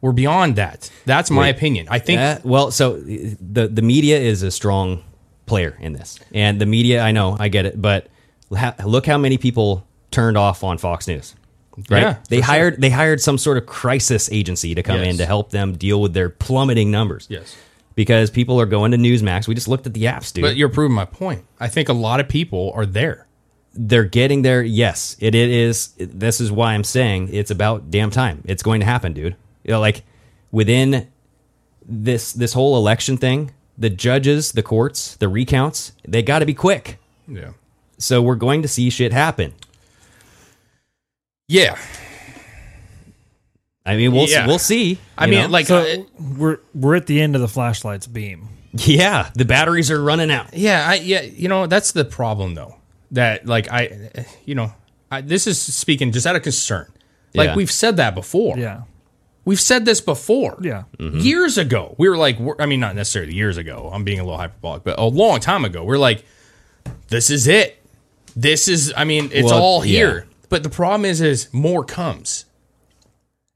We're beyond that. That's my opinion. I think
Uh, well, so the the media is a strong player in this, and the media. I know, I get it, but ha- look how many people turned off on Fox News. Right?
Yeah,
they hired they hired some sort of crisis agency to come
Yes.
in to help them deal with their plummeting numbers.
Yes.
because people are going to Newsmax. We just looked at the apps, dude.
But you're proving my point. I think a lot of people are there.
they're getting there. Yes, it, it is. This is why I'm saying it's about damn time. It's going to happen, dude. You know, like within this this whole election thing, the judges, the courts, the recounts, they got to be quick.
Yeah.
So we're going to see shit happen.
Yeah.
I mean, we'll
Yeah.
we'll see.
I
you
mean,
know?
like,
So
uh,
we're we're at the end of the flashlight's beam.
yeah, the batteries are running out.
yeah, I, yeah. You know, that's the problem though. That like I, you know, I, this is speaking just out of concern. Like
Yeah.
we've said that before.
Yeah.
We've said this before.
Yeah.
Years ago, we were like, we're, I mean, not necessarily years ago. I'm being a little hyperbolic, but a long time ago, we're like, this is it. This is, I mean, it's
Well,
all
yeah.
here. But the problem is, is more comes.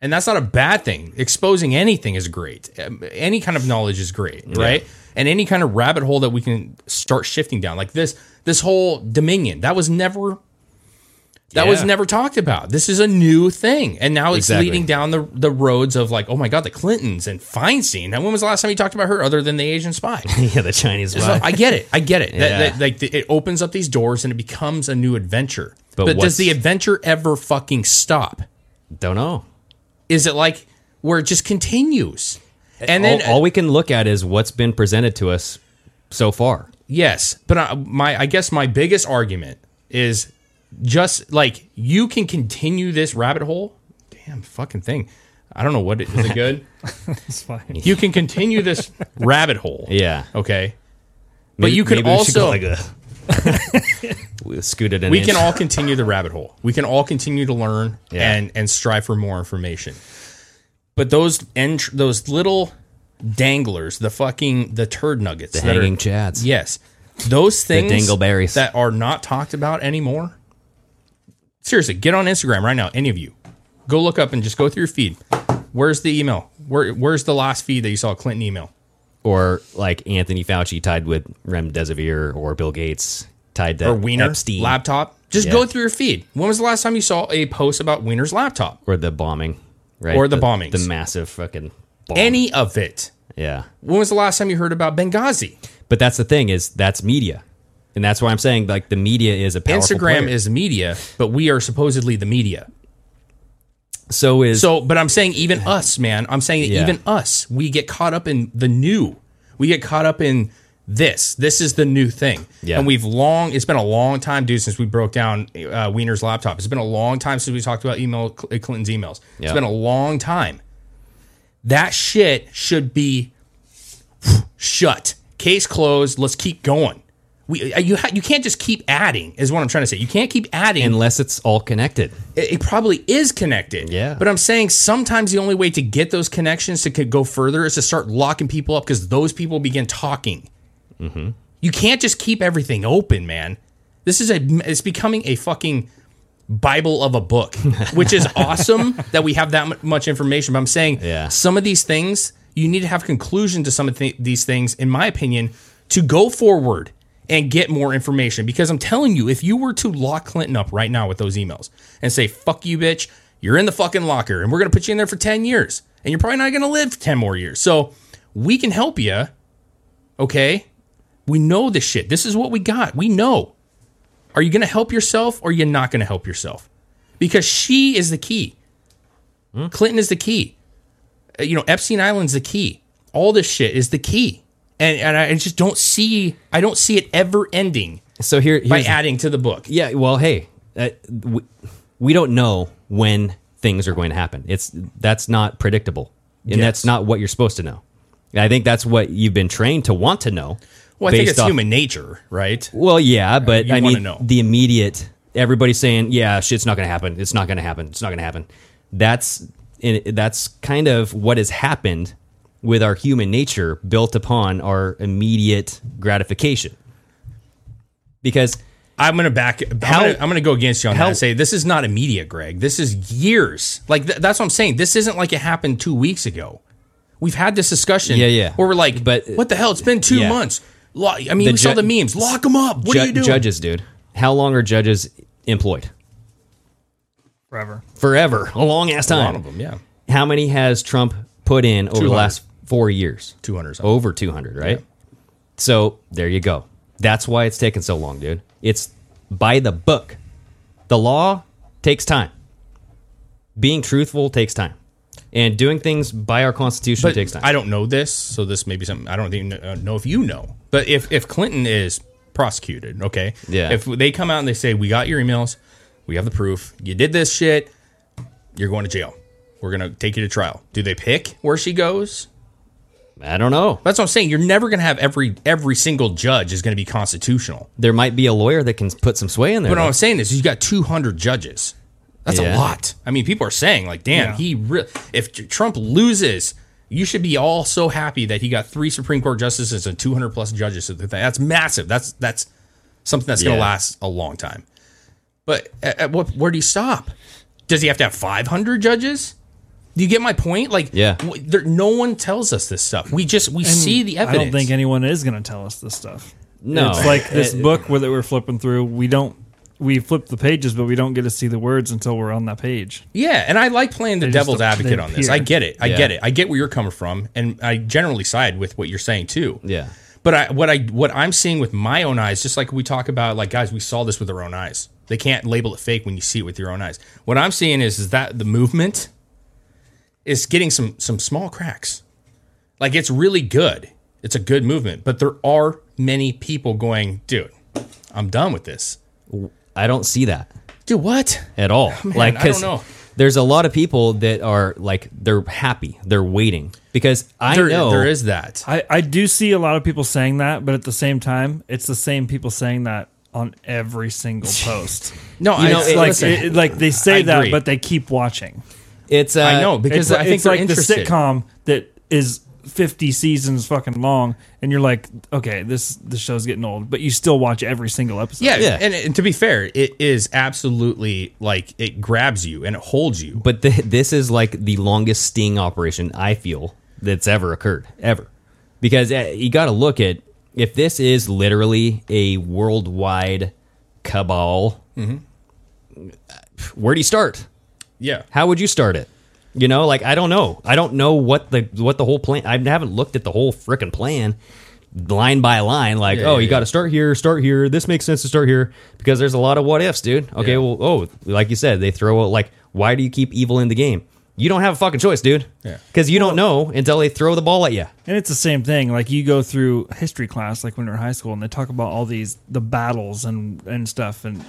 And that's not a bad thing. Exposing anything is great. Um, Any kind of knowledge is great, right? And any kind of rabbit hole that we can start shifting down, like this, this whole Dominion, that was never that was
Yeah.
never talked about. This is a new thing, and now it's
Exactly.
leading down the the roads of like, oh my god, the Clintons and Feinstein. Now, when was the last time you talked about her other than the Asian spy?
yeah, the Chinese.
So,
one.
I get it. I get it. That-
Yeah.
that- like it opens up these doors and it becomes a new adventure.
But
But, does
what's-
the adventure ever fucking stop?
don't know.
Is it like where it just continues? And then
all, all we can look at is what's been presented to us so far.
Yes, but I, my I guess my biggest argument is just like you can continue this rabbit hole. Damn fucking thing. I don't know what it is. It good.
It's fine.
You can continue this rabbit hole.
Yeah.
Okay. But you can also we,
we scooted in.
can all continue the rabbit hole. We can all continue to learn
Yeah.
and and strive for more information. But those entr- those little danglers, the fucking the turd nuggets, the
hanging chads.
Yes, those things,
dingleberries.
that are not talked about anymore. Seriously, get on Instagram right now. Any of you, go look up and just go through your feed. Where's the email? Where Where's the last feed that you saw Clinton email?
or like Anthony Fauci tied with remdesivir, or Bill Gates tied to
Or Wiener
Epstein,
laptop? Just
Yeah.
go through your feed. When was the last time you saw a post about Wiener's laptop?
or the bombing, right?
Or the bombings.
the massive fucking bomb.
Any of it?
yeah.
When was the last time you heard about Benghazi?
But that's the thing is that's media, and that's why I'm saying like the media is a powerful
Instagram
player.
is media, but we are supposedly the media.
so is
So, but I'm saying even us, man. I'm saying that
Yeah.
even us, we get caught up in the new. We get caught up in this. This is the new thing.
Yeah.
And we've long. It's been a long time, dude, since we broke down uh, Wiener's laptop. It's been a long time since we talked about email Cl- uh, Clinton's emails.
Yeah.
It's been a long time. That shit should be shut. Case closed. Let's keep going. We, uh, you ha- you can't just keep adding is what I'm trying to say. You can't keep adding
unless it's all connected.
it, it probably is connected.
Yeah.
But I'm saying sometimes the only way to get those connections to could go further is to start locking people up because those people begin talking. You can't just keep everything open, man. This is a it's becoming a fucking bible of a book, which is awesome that we have that mu- much information. But I'm saying
Yeah.
some of these things you need to have conclusion to some of th- these things, in my opinion, to go forward and get more information. Because I'm telling you, if you were to lock Clinton up right now with those emails and say "fuck you, bitch," you're in the fucking locker, and we're gonna put you in there for ten years, and you're probably not gonna live ten more years. So we can help you. Okay, we know this shit. This is what we got. We know. Are you going to help yourself or are you not going to help yourself? Because she is the key.
Hmm?
Clinton is the key. Uh, You know, Epstein Island's the key. All this shit is the key. And and I just don't see I don't see it ever ending
So here, here's
by
the-
adding to the book.
Yeah, well, hey, uh, we, we don't know when things are going to happen. It's that's not predictable, and that's not what you're supposed to know. And I think that's what you've been trained to want to know.
Well, I think
based
it's
off-
human nature, right?
Well, yeah, but
you
I
wanna
mean,
know.
the immediate everybody's saying, "Yeah, shit's not going to happen. It's not going to happen. It's not going to happen." That's and that's kind of what has happened with our human nature built upon our immediate gratification. Because
I'm gonna back. I'm,
How-
gonna, I'm gonna go against you on that
how-
and say this is not immediate, Greg. This is years. Like th- that's what I'm saying. This isn't like it happened two weeks ago. We've had this discussion.
Yeah, yeah.
Where we're like,
But-
but what the hell? It's been two
Yeah.
months. Lo- I mean,
The
we saw
ju-
the memes. Lock them up. What
ju-
are you doing?
judges, dude, how long are judges employed?
forever.
Forever, a long ass
A
time.
lot of them. Yeah,
How many has Trump put in over the
200.
last four years?
two hundred. something.
Over 200, right? So there you go. That's why it's taken so long, dude. It's by the book. The law takes time. Being truthful takes time. And doing things by our Constitution
but
takes time.
I don't know this, so this may be something I don't even uh, know if you know. But if if Clinton is prosecuted, okay,
Yeah.
if they come out and they say we got your emails, we have the proof, you did this shit, you're going to jail. We're gonna take you to trial. Do they pick where she goes?
I don't know.
That's what I'm saying. You're never gonna have every every single judge is gonna be constitutional.
There might be a lawyer that can put some sway in there.
But what
though.
I'm saying is you got 200 judges. That's
Yeah.
a lot. I mean, people are saying like, damn,
Yeah.
he re- if Tr- Trump loses, you should be all so happy that he got three Supreme Court justices and 200 plus judges. to the thing. That's massive. That's that's something that's going
Yeah.
to last a long time. But at, at what where do you stop? Does he have to have 500 judges? Do you get my point? Like,
Yeah.
w- there, no one tells us this stuff. We just we see the evidence.
I don't think anyone is going to tell us this stuff.
No.
it's like this
Uh,
book where that we're flipping through. We don't we flip the pages, but we don't get to see the words until we're on that page.
Yeah, and I like playing the
They just
devil's
don't-
advocate
they
on this.
appear.
I get it. I
Yeah.
get it. I get where you're coming from, and I generally side with what you're saying too.
Yeah.
But I, what I what I'm seeing with my own eyes, just like we talk about, like guys, we saw this with our own eyes. They can't label it fake when you see it with your own eyes. What I'm seeing is is that the movement is getting some some small cracks. Like it's really good. It's a good movement, but there are many people going, dude, I'm done with this.
I don't see that.
Dude, what? Oh,
at all. like,
I don't
'cause
know.
There's a lot of people that are like they're happy, they're waiting because I
There,
know
there is that.
I, I do see a lot of people saying that, but at the same time, it's the same people saying that on every single post.
No,
You
I
know,
it's
It's
it-
like
listen,
it- like they say
I
that,
agree.
but they keep watching.
It's uh,
I know because
It's,
I think
it's
they're
like
interested.
the sitcom that is 50 seasons fucking long, and you're like, okay, this this show's getting old, but you still watch every single episode.
Yeah,
Yeah.
And, and to be fair, it is absolutely like it grabs you and it holds you.
But th- this is like the longest sting operation I feel that's ever occurred ever, because uh, you got to look at if this is literally a worldwide cabal.
Mm-hmm.
Where do you start?
yeah,
How would you start it? You know, like I don't know. I don't know what the what the whole plan. I haven't looked at the whole frickin' plan line by line. Like,
Yeah,
oh,
yeah,
you
yeah.
got to start here, start here. This makes sense to start here because there's a lot of what ifs, dude. Okay,
Yeah.
well, oh, like you said, they throw out like, why do you keep evil in the game? You don't have a fucking choice, dude.
Yeah.
Because you don't know until they throw the ball at you.
And it's the same thing. Like you go through history class, like when you're in high school, and they talk about all these the battles and and stuff. And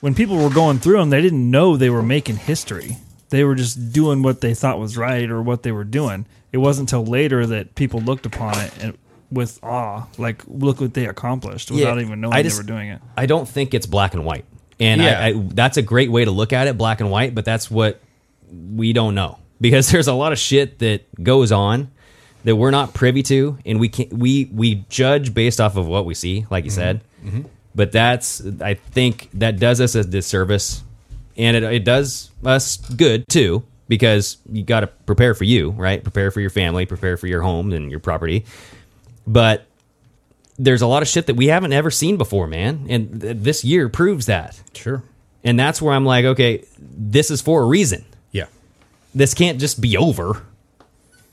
when people were going through them, they didn't know they were making history. They were just doing what they thought was right or what they were doing. It wasn't until later that people looked upon it and with awe, like look what they accomplished without even knowing
I just-
they were doing it.
I don't think it's black and white. And
Yeah.
I, I, that's a great way to look at it, black and white, but that's what we don't know because there's a lot of shit that goes on that we're not privy to and we can we we judge based off of what we see, like you said. But that's I think that does us a disservice and it it does us good too because you got to prepare for you, right? Prepare for your family, prepare for your home and your property. But there's a lot of shit that we haven't ever seen before, man. And th- this year proves that.
sure.
And that's where I'm like, okay, this is for a reason.
Yeah,
This can't just be over.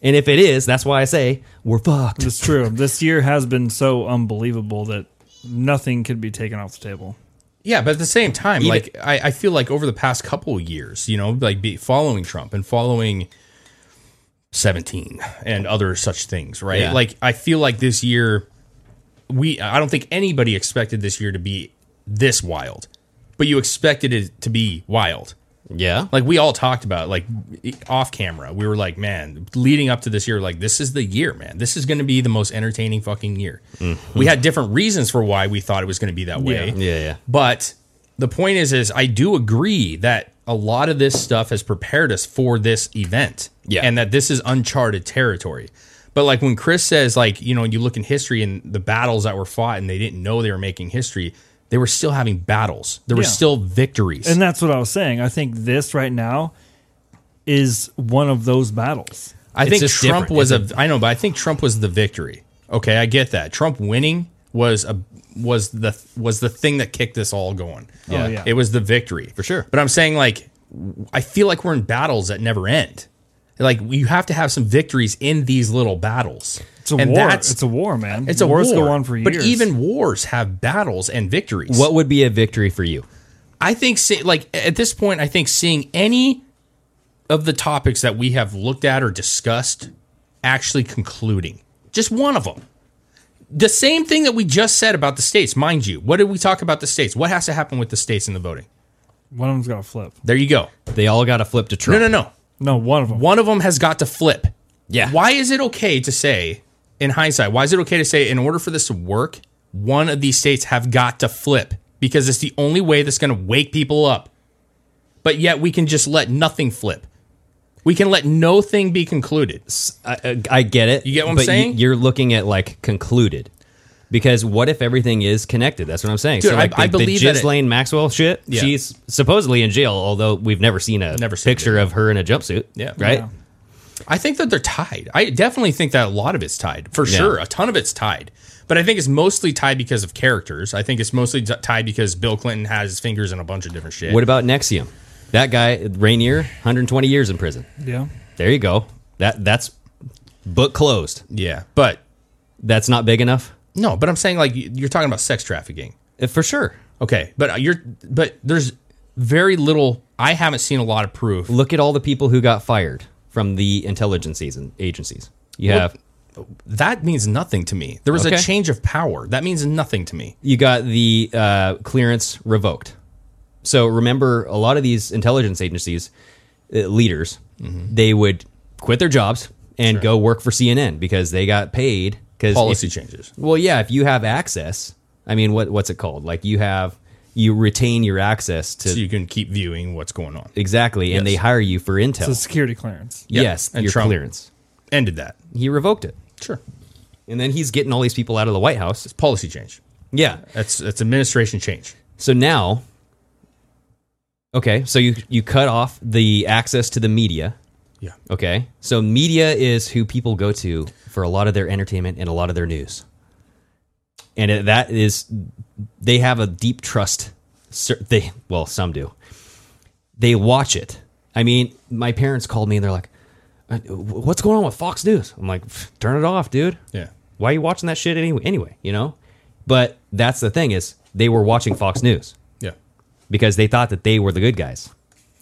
And if it is, that's why I say we're fucked.
It's true. this year has been so unbelievable that nothing could be taken off the table.
yeah. But at the same time,
Even-
like I, I feel like over the past couple of years, you know, like be following Trump and following seventeen and other such things, right?
Yeah.
Like I feel like this year, we I don't think anybody expected this year to be this wild, but you expected it to be wild.
Yeah.
like we all talked about like off camera we were like man leading up to this year like this is the year man this is going to be the most entertaining fucking year we had different reasons for why we thought it was going to be that way
Mm-hmm. Yeah, yeah.
but the point is is i do agree that a lot of this stuff has prepared us for this event
Yeah.
and that this is uncharted territory But like when Chris says, like, you know, you look in history and the battles that were fought and they didn't know they were making history, they were still having battles. There were
Yeah.
still victories.
And that's what I was saying. I think this right now is one of those battles.
I
It's
think
just
Trump
different,
was a
isn't
I know, but I think Trump was the victory. Okay, I get that. Trump winning was a was the was the thing that kicked this all going.
Yeah. Oh, yeah.
It was the victory. For
sure.
But I'm saying like I feel like we're in battles that never end. Like you have to have some victories in these little battles.
It's a war. It's a war, man.
it's a
Wars
war.
go on for years.
But even wars have battles and victories.
What would be a victory for you?
I think, see, like at this point, I think seeing any of the topics that we have looked at or discussed actually concluding, just one of them. The same thing that we just said about the states, mind you. What did we talk about the states? What has to happen with the states in the voting?
one of them's got to flip.
There you go.
They all got to flip to
No,
Trump.
no, no.
No, one of them.
One of them has got to flip.
Yeah.
Why is it okay to say, in hindsight, why is it okay to say, in order for this to work, one of these states have got to flip because it's the only way that's going to wake people up. But yet we can just let nothing flip. We can let no thing be concluded.
I, I- I get it.
You get what I'm
but
saying?
You, are looking at like concluded. Because what if everything is connected? That's what I'm saying.
Dude,
so
I-
like the,
I believe
the
that
Ghislaine
it-
Maxwell shit.
Yeah.
She's supposedly in jail, although we've never seen a
Never seen
picture
it.
of her in a jumpsuit.
Yeah.
right.
Yeah. I think that they're tied. I definitely think that a lot of it's tied, for
Yeah.
sure. A ton of it's tied. But I think it's mostly tied because of characters. I think it's mostly t- tied because Bill Clinton has his fingers in a bunch of different shit.
What about Nexium? That guy Rainier, 120 years in prison.
yeah.
There you go. That that's book closed.
yeah. But
That's not big enough
no, but I'm saying like you- you're talking about sex trafficking.
Uh, for sure.
Okay, but uh, you're but there's very little. I haven't seen a lot of proof.
Look at all the people who got fired from the intelligence season- agencies. You
Well-
have
That means nothing to me. There was a
Okay.
change of power. That means nothing to me.
you got the uh, clearance revoked. So remember, a lot of these intelligence agencies uh, leaders,
Mm-hmm.
they would quit their jobs and go work for CNN because they got paid. Because
Policy changes.
Well, yeah, if you have access, I mean, what what's it called? Like you have you retain your access to
So you can keep viewing what's going on.
exactly, and they hire you for intel.
It's a security clearance.
Yep.
Yes,
And
your
Trump-
clearance.
Ended that.
He revoked it,
Sure.
and then he's getting all these people out of the White House.
Policy change.
Yeah,
That's that's administration change.
So now, okay, so you you cut off the access to the media.
Yeah.
Okay, so media is who people go to for a lot of their entertainment and a lot of their news, and it, that is they have a deep trust. cer- They well, some do. They watch it. I mean, my parents called me and they're like, "Uh, "What's going on with Fox News?" I'm like, "Turn it off, dude."
Yeah.
why are you watching that shit anyway anyway you know but that's the thing is they were watching fox news
Yeah.
because they thought that they were the good guys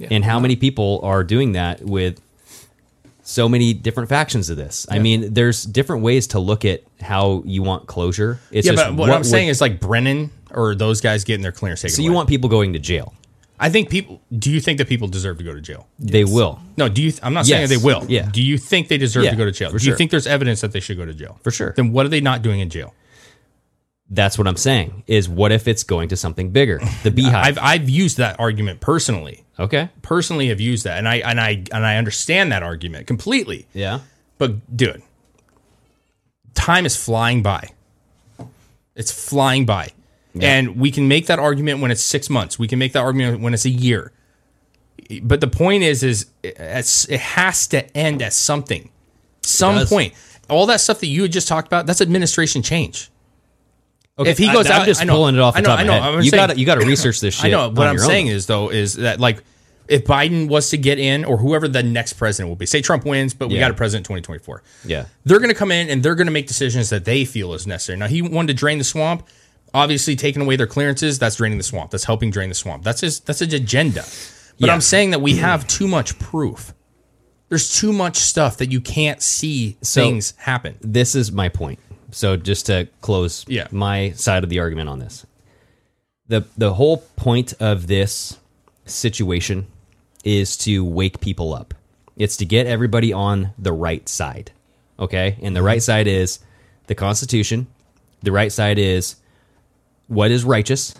and how many people are doing that with so many different factions of this i mean there's different ways to look at how you want closure it's
yeah,
just
but what, I'm
would-
saying is like Brennan or those guys getting their clearance taken.
so you
away.
want people going to jail
I think people. Do you think that people deserve to go to jail?
they will
No. Do you? th- I'm not saying
Yes.
that they will.
Yeah.
Do you think they deserve
Yeah,
to go to jail?
for
Do you
sure.
think there's evidence that they should go to jail?
For sure.
Then what are they not doing in jail?
that's what i'm saying is what if it's going to something bigger the beehive
I've I've used that argument personally.
okay
Personally, have used that, and I and I and I understand that argument completely.
yeah
But dude, time is flying by. It's flying by, and we can make that argument when it's six months. We can make that argument when it's a year. But the point is, is it's- it has to end at something, some
does.
point. All that stuff that you had just talked about, that's administration change.
okay
If he
I-
goes
i'm
out-
just
I know.
pulling it off the
I know,
top
I
of
know.
my
I'm
head
just
you
saying-
got you got to research this shit
I know. What
on
I'm
your own.
saying is though is that like if Biden was to get in or whoever the next president will be, say Trump wins, but we
Yeah.
got a president 2024.
Yeah.
They're going to come in and they're going to make decisions that they feel is necessary. Now he wanted to drain the swamp. Obviously, taking away their clearances, that's draining the swamp. That's helping drain the swamp. That's his. That's his agenda. But
Yeah.
I'm saying that we have too much proof. There's too much stuff that you can't see
So-
things happen.
this is my point. So just to close
Yeah.
my side of the argument on this. The the whole point of this situation is to wake people up. It's to get everybody on the right side. Okay? And the right side is the constitution. The right side is what is righteous.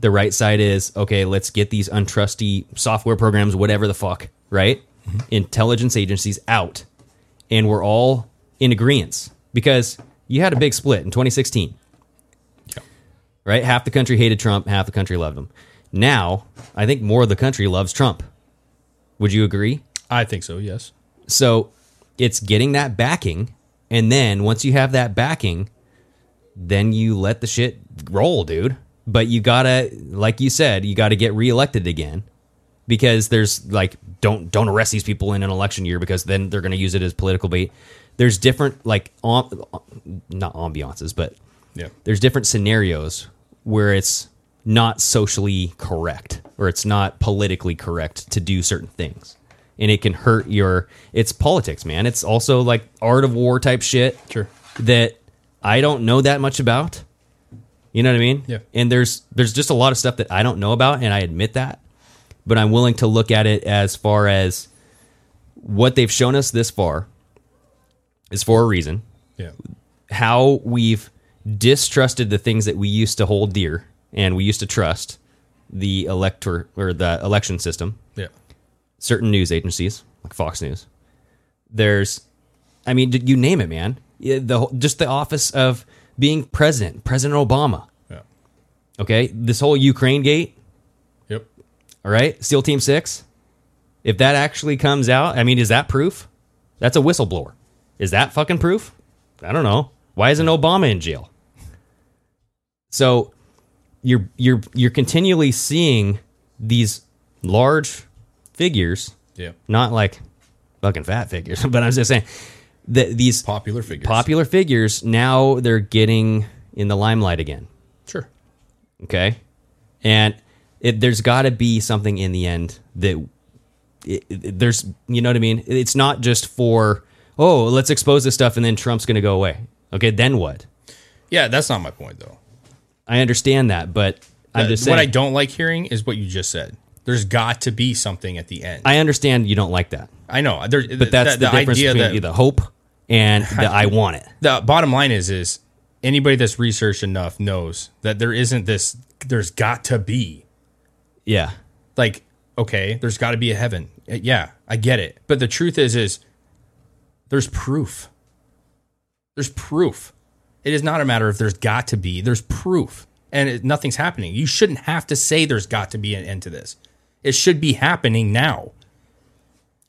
The right side is okay, let's get these untrusty software programs whatever the fuck, right? Intelligence agencies out and we're all in agreement because you had a big split in 2016. Right? Half the country hated Trump, half the country loved him. Now, I think more of the country loves Trump. Would you agree?
I think so. Yes.
So it's getting that backing. And then once you have that backing, then you let the shit roll, dude. But you gotta, like you said, you gotta get reelected again because there's like don't don't arrest these people in an election year because then they're gonna use it as political bait. There's different like um, not ambiances, but
Yeah.
there's different scenarios where it's not socially correct or it's not politically correct to do certain things and it can hurt your it's politics man it's also like art of war type shit
Sure.
that i don't know that much about you know what i mean
Yeah.
and there's there's just a lot of stuff that i don't know about and i admit that but i'm willing to look at it as far as what they've shown us this far is for a reason
Yeah.
how we've distrusted the things that we used to hold dear and we used to trust the elector or the election system,
Yeah.
certain news agencies like Fox News. There's, I mean, d- you name it, man. Yeah, The whole- just the office of being president, President Obama.
Yeah.
Okay, this whole Ukraine gate.
Yep.
All right, SEAL Team Six. If that actually comes out, I mean, is that proof? That's a whistleblower. Is that fucking proof? I don't know. Why isn't Obama in jail? So you're you're you're continually seeing these large figures,
Yeah.
not like fucking fat figures, but I'm just saying that these
Popular figures.
popular figures now they're getting in the limelight again
Sure.
okay and it, there's got to be something in the end that it, it- there's you know what i mean it's not just for oh let's expose this stuff and then trump's going to go away okay then what
Yeah. That's not my point though.
i understand that but i'm
That-
just saying
what I don't like hearing is what you just said. There's got to be something at the end. I,
I understand you don't like that
know. There,
but that's the, difference
idea
between
that
the hope and the i want it
the bottom line is is anybody that's researched enough knows that there isn't this. There's got to be
yeah
like okay. There's got to be a heaven. Uh, Yeah, I get it. But the truth is is there's proof. There's proof. It is not a matter of there's got to be. There's proof, and it, nothing's happening. You shouldn't have to say there's got to be an end to this. It should be happening now.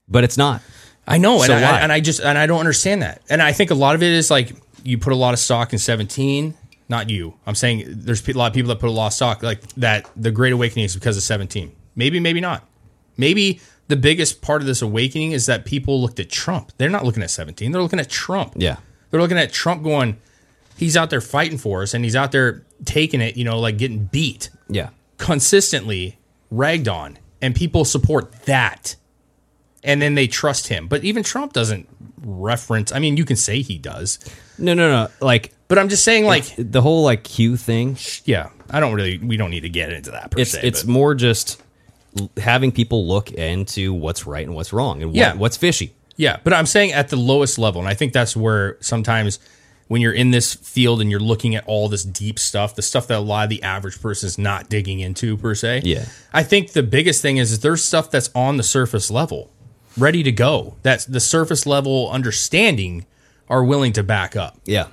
but it's not
I know,
So
Oh, and,
why?
I, and I just and I don't understand that. And I think a lot of it is like you put a lot of stock in seventeen. Not you. I'm saying there's a lot of people that put a lot of stock like that. The Great Awakening is because of seventeen. Maybe, maybe not. Maybe the biggest part of this awakening is that people looked at Trump. They're not looking at seventeen. They're looking at Trump.
Yeah.
They're looking at Trump going. He's out there fighting for us, and he's out there taking it. You know, like getting beat
yeah
consistently ragged on and people support that and then they trust him but even trump doesn't reference i mean you can say he does
no no no like
but i'm just saying like
the whole like q thing
yeah i don't really we don't need to get into that per
it's
se
it's
but-
more just l- having people look into what's right and what's wrong and what,
Yeah.
what's fishy.
Yeah, but I'm saying at the lowest level, and I think that's where sometimes when you're in this field and you're looking at all this deep stuff, the stuff that a lot of the average person is not digging into per se.
Yeah.
I think the biggest thing is, is there's stuff that's on the surface level, ready to go. That's the surface level understanding are willing to back up.
Yeah.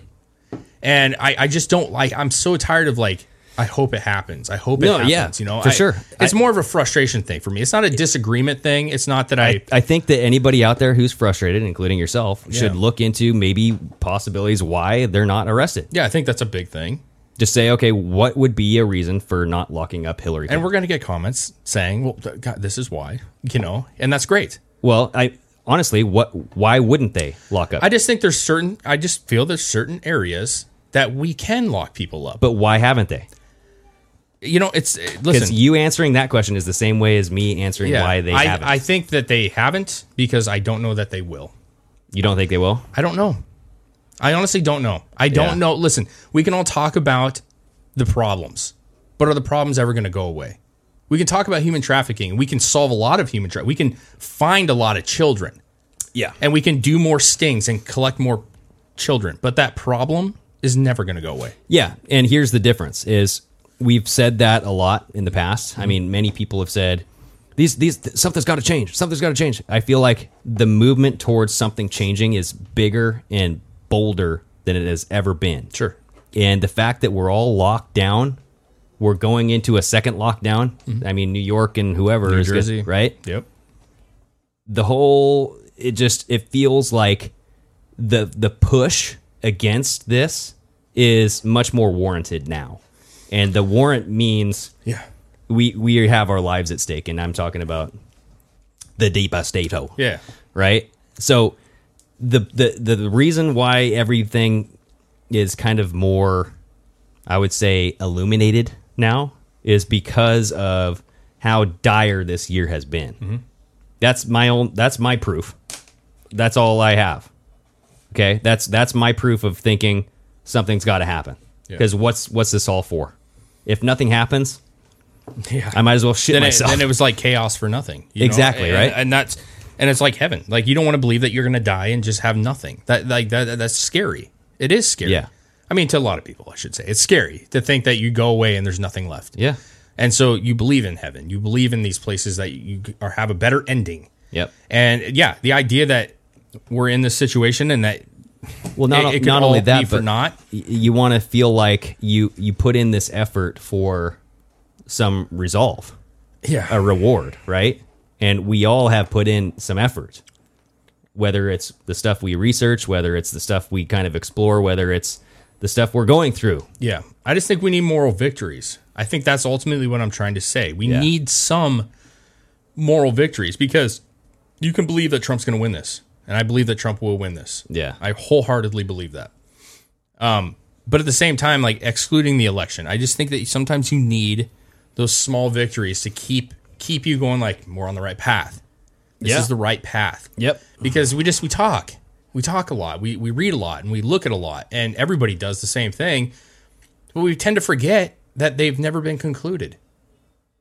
And I, I just don't like I'm so tired of like I hope it happens. I hope it
No,
happens.
yeah,
you know,
for
I-
sure.
It's
I-
more of a frustration thing for me. It's not a disagreement thing. It's not that I
I think that anybody out there who's frustrated, including yourself, should
Yeah.
look into maybe possibilities why they're not arrested.
yeah, I think that's a big thing.
Just say, okay, what would be a reason for not locking up Hillary?
and
Clinton?
we're going to get comments saying, "Well, th- God, this is why," you know, and that's great.
well, I honestly, what? Why wouldn't they lock up?
I just think there's certain. I just feel there's certain areas that we can lock people up. But
but why haven't they?
you know, it's eh,
Because
listen.
you answering that question is the same way as me answering
yeah,
why they
I,
haven't.
I think that they haven't because I don't know that they will.
you don't think they will?
I don't know. I honestly don't know. I don't
Yeah.
know. Listen, we can all talk about the problems, but are the problems ever going to go away? We can talk about human trafficking. We can solve a lot of human trafficking. We can find a lot of children.
Yeah.
and we can do more stings and collect more children. But that problem is never going to go away.
Yeah, and here's the difference: is we've said that a lot in the past. I mean, many people have said these these th- something's got to change. Something's got to change. I feel like the movement towards something changing is bigger and bolder than it has ever been.
Sure.
And the fact that we're all locked down, we're going into a second lockdown. I mean, New York and whoever
Mm-hmm. New
is gonna-
Jersey.
right?
Yep.
the whole it just it feels like the the push against this is much more warranted now and the warrant means
Yeah.
we we have our lives at stake and i'm talking about the deep estato
Yeah.
right? So the the the reason why everything is kind of more I would say illuminated now is because of how dire this year has been.
Mm-hmm.
That's my own that's my proof. That's all I have. Okay? That's that's my proof of thinking something's got to happen.
Yeah.
Cuz what's what's this all for? If nothing happens,
Yeah.
I might as well shit
then it,
myself.
then it was like chaos for nothing. you know?
Exactly,
And-
right?
And that's and it's like heaven. Like you don't want to believe that you're going to die and just have nothing. That like that that- that's scary. It is scary.
Yeah.
I mean, to a lot of people, I should say, it's scary to think that you go away and there's nothing left.
yeah.
And so you believe in heaven. You believe in these places that you are, have a better ending.
Yep.
And yeah, the idea that we're in this situation and that
Well, not,
It- it could
not only
all
that,
be for
but
naught.
y- you want to feel like you you put in this effort for some resolve,
yeah,
a reward, right? And we all have put in some effort, whether it's the stuff we research, whether it's the stuff we kind of explore, whether it's the stuff we're going through.
Yeah. I just think we need moral victories. I think that's ultimately what I'm trying to say. We
Yeah.
need some moral victories because you can believe that Trump's going to win this. And I believe that Trump will win this.
Yeah.
I wholeheartedly believe that. Um, but at the same time, like excluding the election, I just think that sometimes you need those small victories to keep keep you going like more on the right path. This
Yeah.
is the right path
Yep.
Mm-hmm. because we just we talk we talk a lot we, we read a lot and we look at a lot and everybody does the same thing but we tend to forget that they've never been concluded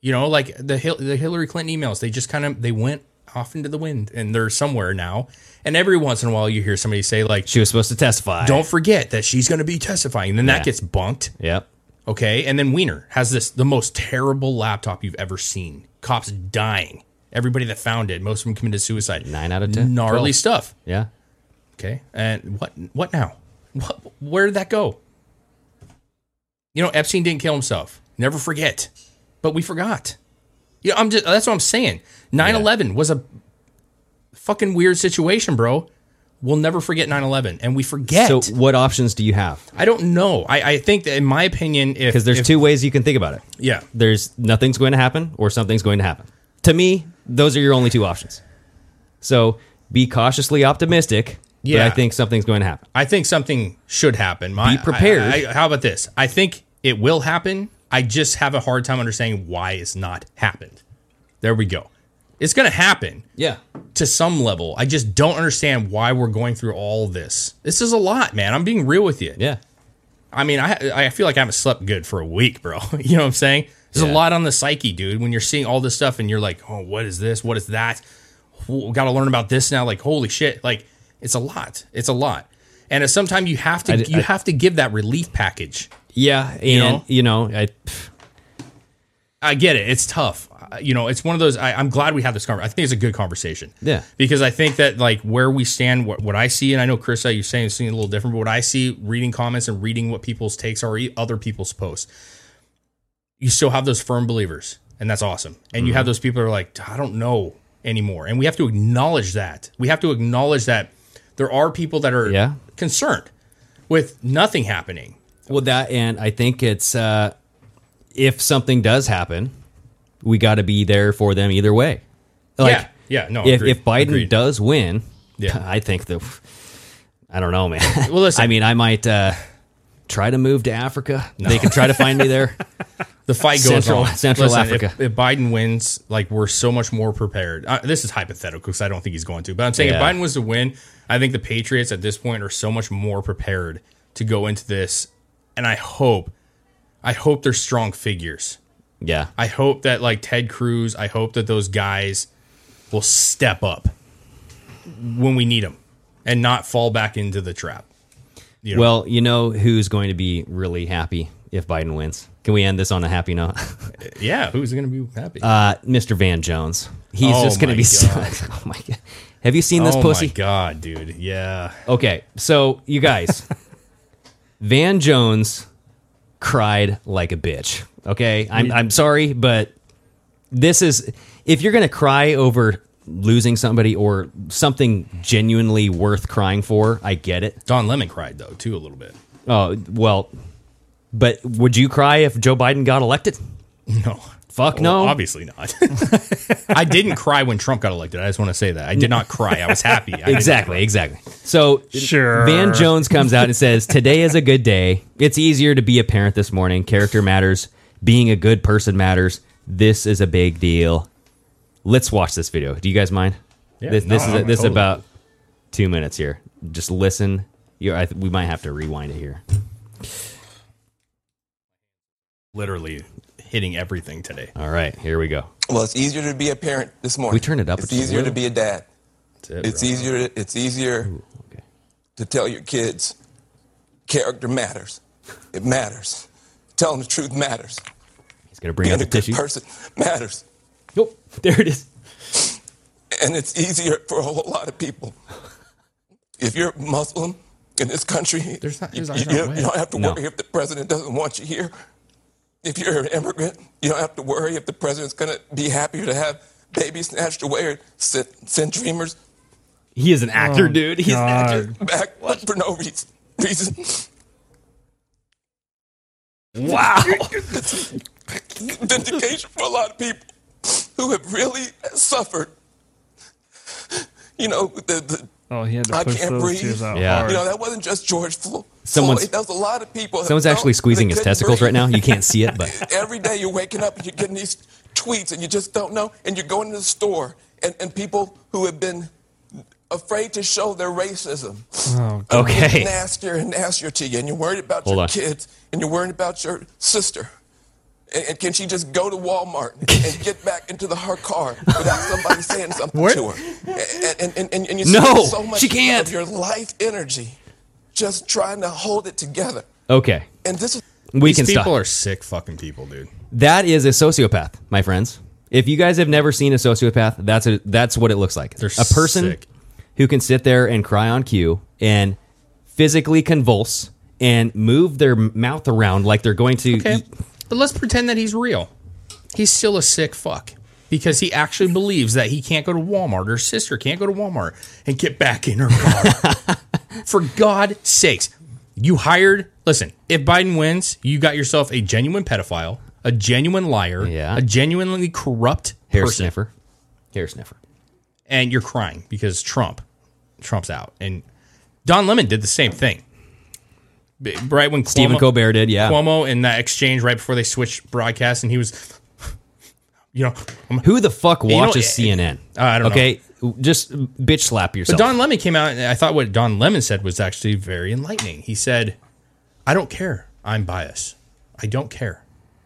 you know like the Hil- the hillary clinton emails they just kind of they went off into the wind and they're somewhere now and every once in a while you hear somebody say like
She was supposed to testify.
don't forget that she's going to be testifying and then that
Yeah.
gets bunked
Yep.
Okay. And then Wiener has this the most terrible laptop you've ever seen. Cops dying. Everybody that found it, most of them committed suicide.
Nine out of 10,
Gnarly
12.
stuff.
Yeah.
Okay. And what what now? What, where did that go? You know, Epstein didn't kill himself. Never forget. But we forgot. Yeah, I'm just that's what I'm saying. 9/11 was a fucking weird situation, bro. We'll never forget 9/11 and we forget.
So, what options do you have?
I don't know. I, I think that in my opinion if
Because there's
if-
two ways you can think about it.
yeah.
there's nothing's going to happen or something's going to happen. To me, those are your only two options. So be cautiously optimistic. Yeah.
Yeah.
I think something's going to happen.
I think something should happen. My,
Be prepared.
I- I- how about this? I think it will happen. I just have a hard time understanding why it's not happened. There we go. It's going to happen
Yeah.
to some level. I just don't understand why we're going through all this. This is a lot, man. I'm being real with you.
Yeah.
I mean, I I feel like I haven't slept good for a week, bro. You know what I'm saying? There's
Yeah.
a lot on the psyche, dude. When you're seeing all this stuff and you're like, oh, what is this? What is that? Got to learn about this now. Like, holy shit! Like, it's a lot. It's a lot. And it's sometimes you have to
I-
you
I-
have to give that relief package.
Yeah. And, you know,
know?
I, pff,
I get it. It's tough. Uh, You know, it's one of those. I, I'm glad we had this conversation. I think it's a good conversation.
Yeah.
Because I think that like where we stand, what, what I see, and I know Chris, uh, you're saying it's seeing a little different, but what I see, reading comments and reading what people's takes are, e- other people's posts, you still have those firm believers, and that's awesome. And you have
Mm-hmm.
those people that are like, I don't know anymore, and we have to acknowledge that. We have to acknowledge that there are people that are
Yeah.
concerned with nothing happening.
well, that, and I think it's, uh, if something does happen, we got to be there for them either way. Like,
yeah. Yeah. No.
if,
agreed.
if Biden
Agreed.
does win,
Yeah.
I think the, I don't know, man.
Well, listen.
I mean, I might, uh, try to move to Africa. They can try to find me there.
the fight goes
Central-
on.
Central
Listen,
Africa.
If, if Biden wins, like we're so much more prepared. Uh, this is hypothetical because I don't think he's going to. But I'm saying
Yeah.
if Biden was to win, I think the Patriots at this point are so much more prepared to go into this. And I hope, I hope they're strong figures.
Yeah.
I hope that like Ted Cruz, I hope that those guys will step up when we need them and not fall back into the trap. You know?
Well, you know who's going to be really happy if Biden wins? Can we end this on a happy note?
yeah, who's going to be happy?
Uh, Mr. Van Jones. He's
Oh
just going to
my
be. So,
God.
oh my God. Have you seen this
oh
pussy?
my god, dude. Yeah.
Okay, so you guys, Van Jones cried like a bitch. Okay, I'm I'm sorry, but this is if you're gonna cry over losing somebody or something genuinely worth crying for, I get it.
Don Lemon cried though too a little bit.
Oh well, but would you cry if Joe Biden got elected?
No.
Fuck no.
Oh, obviously not. I didn't cry when Trump got elected. I just want to say that I did not cry. I was happy. I did not
Exactly,
cry.
exactly. So
Sure.
Van Jones comes out and says, "Today is a good day. It's easier to be a parent this morning. Character matters. Being a good person matters. This is a big deal. Let's watch this video. Do you guys mind?
Yeah,
this this
no,
is
no,
this is
totally.
about two minutes here. Just listen. You, I, we might have to rewind it here.
Literally hitting everything today.
All right, here we go.
Well, it's easier to be a parent this morning.
We turned it up.
It's
It's
easier to
little-
be a dad.
That's it,
It's
bro.
easier. It's easier
okay.
to tell your kids character matters. It matters. Telling the truth matters.
He's gonna bring
Being
out
a
the
good
tissue.
person matters.
Oh, there it is.
And it's easier for a whole lot of people. If you're Muslim in this country,
There's not-
you,
there's
you-
not
you
way.
don't have to
No.
worry if the president doesn't want you here. If you're an immigrant, you don't have to worry if the president's going to be happier to have babies snatched away or send, send dreamers
He is an actor, dude. He's an actor.
Oh, God.
back for no reason. reason.
Wow.
Vindication for a lot of people who have really suffered. You know, the, the,
Oh, he had to
I
push
can't
those
breathe.
tears out
Yeah.
hard.
you know, that wasn't just George Flo-
Someone's-
Floyd. That was a lot of people.
Someone's actually squeezing his testicles right now. You can't see it, but
Every day you're waking up and you're getting these tweets and you just don't know. And you're going to the store and, and people who have been afraid to show their racism. are
Okay.
getting Nastier and nastier to you. And you're worried about
Hold
your
on.
kids and you're worried about your sister. And, and can she just go to Walmart and get back into the, her car without somebody saying something to her? And, and, and, and, and you
No,
spend so much
she can't.
of your life energy just trying to hold it together.
okay.
And this is
We
These
can
people
stop.
are sick fucking people, dude.
That is a sociopath, my friends. If you guys have never seen a sociopath, that's a, that's what it looks like.
They're
a person
sick.
who can sit there and cry on cue and physically convulse and move their mouth around like they're going to.
Okay. But let's pretend that he's real. He's still a sick fuck because he actually believes that he can't go to Walmart or his sister can't go to Walmart and get back in her car. For God's sakes, you hired. Listen, if Biden wins, you got yourself a genuine pedophile, a genuine liar,
Yeah.
a genuinely corrupt
hair
person,
sniffer, hair sniffer.
and you're crying because Trump, Trump's out, and Don Lemon did the same thing. B- Right when
Stephen
Cuomo-
Colbert did, yeah.
Cuomo in that exchange right before they switched broadcast, and he was, you know, I'm-
Who the fuck
know, eh,
watches CNN?
I don't know.
okay, just bitch slap
but
yourself.
Don Lemon came out, and I thought what Don Lemon said was actually very enlightening. He said, "I don't care. I'm biased. I don't care.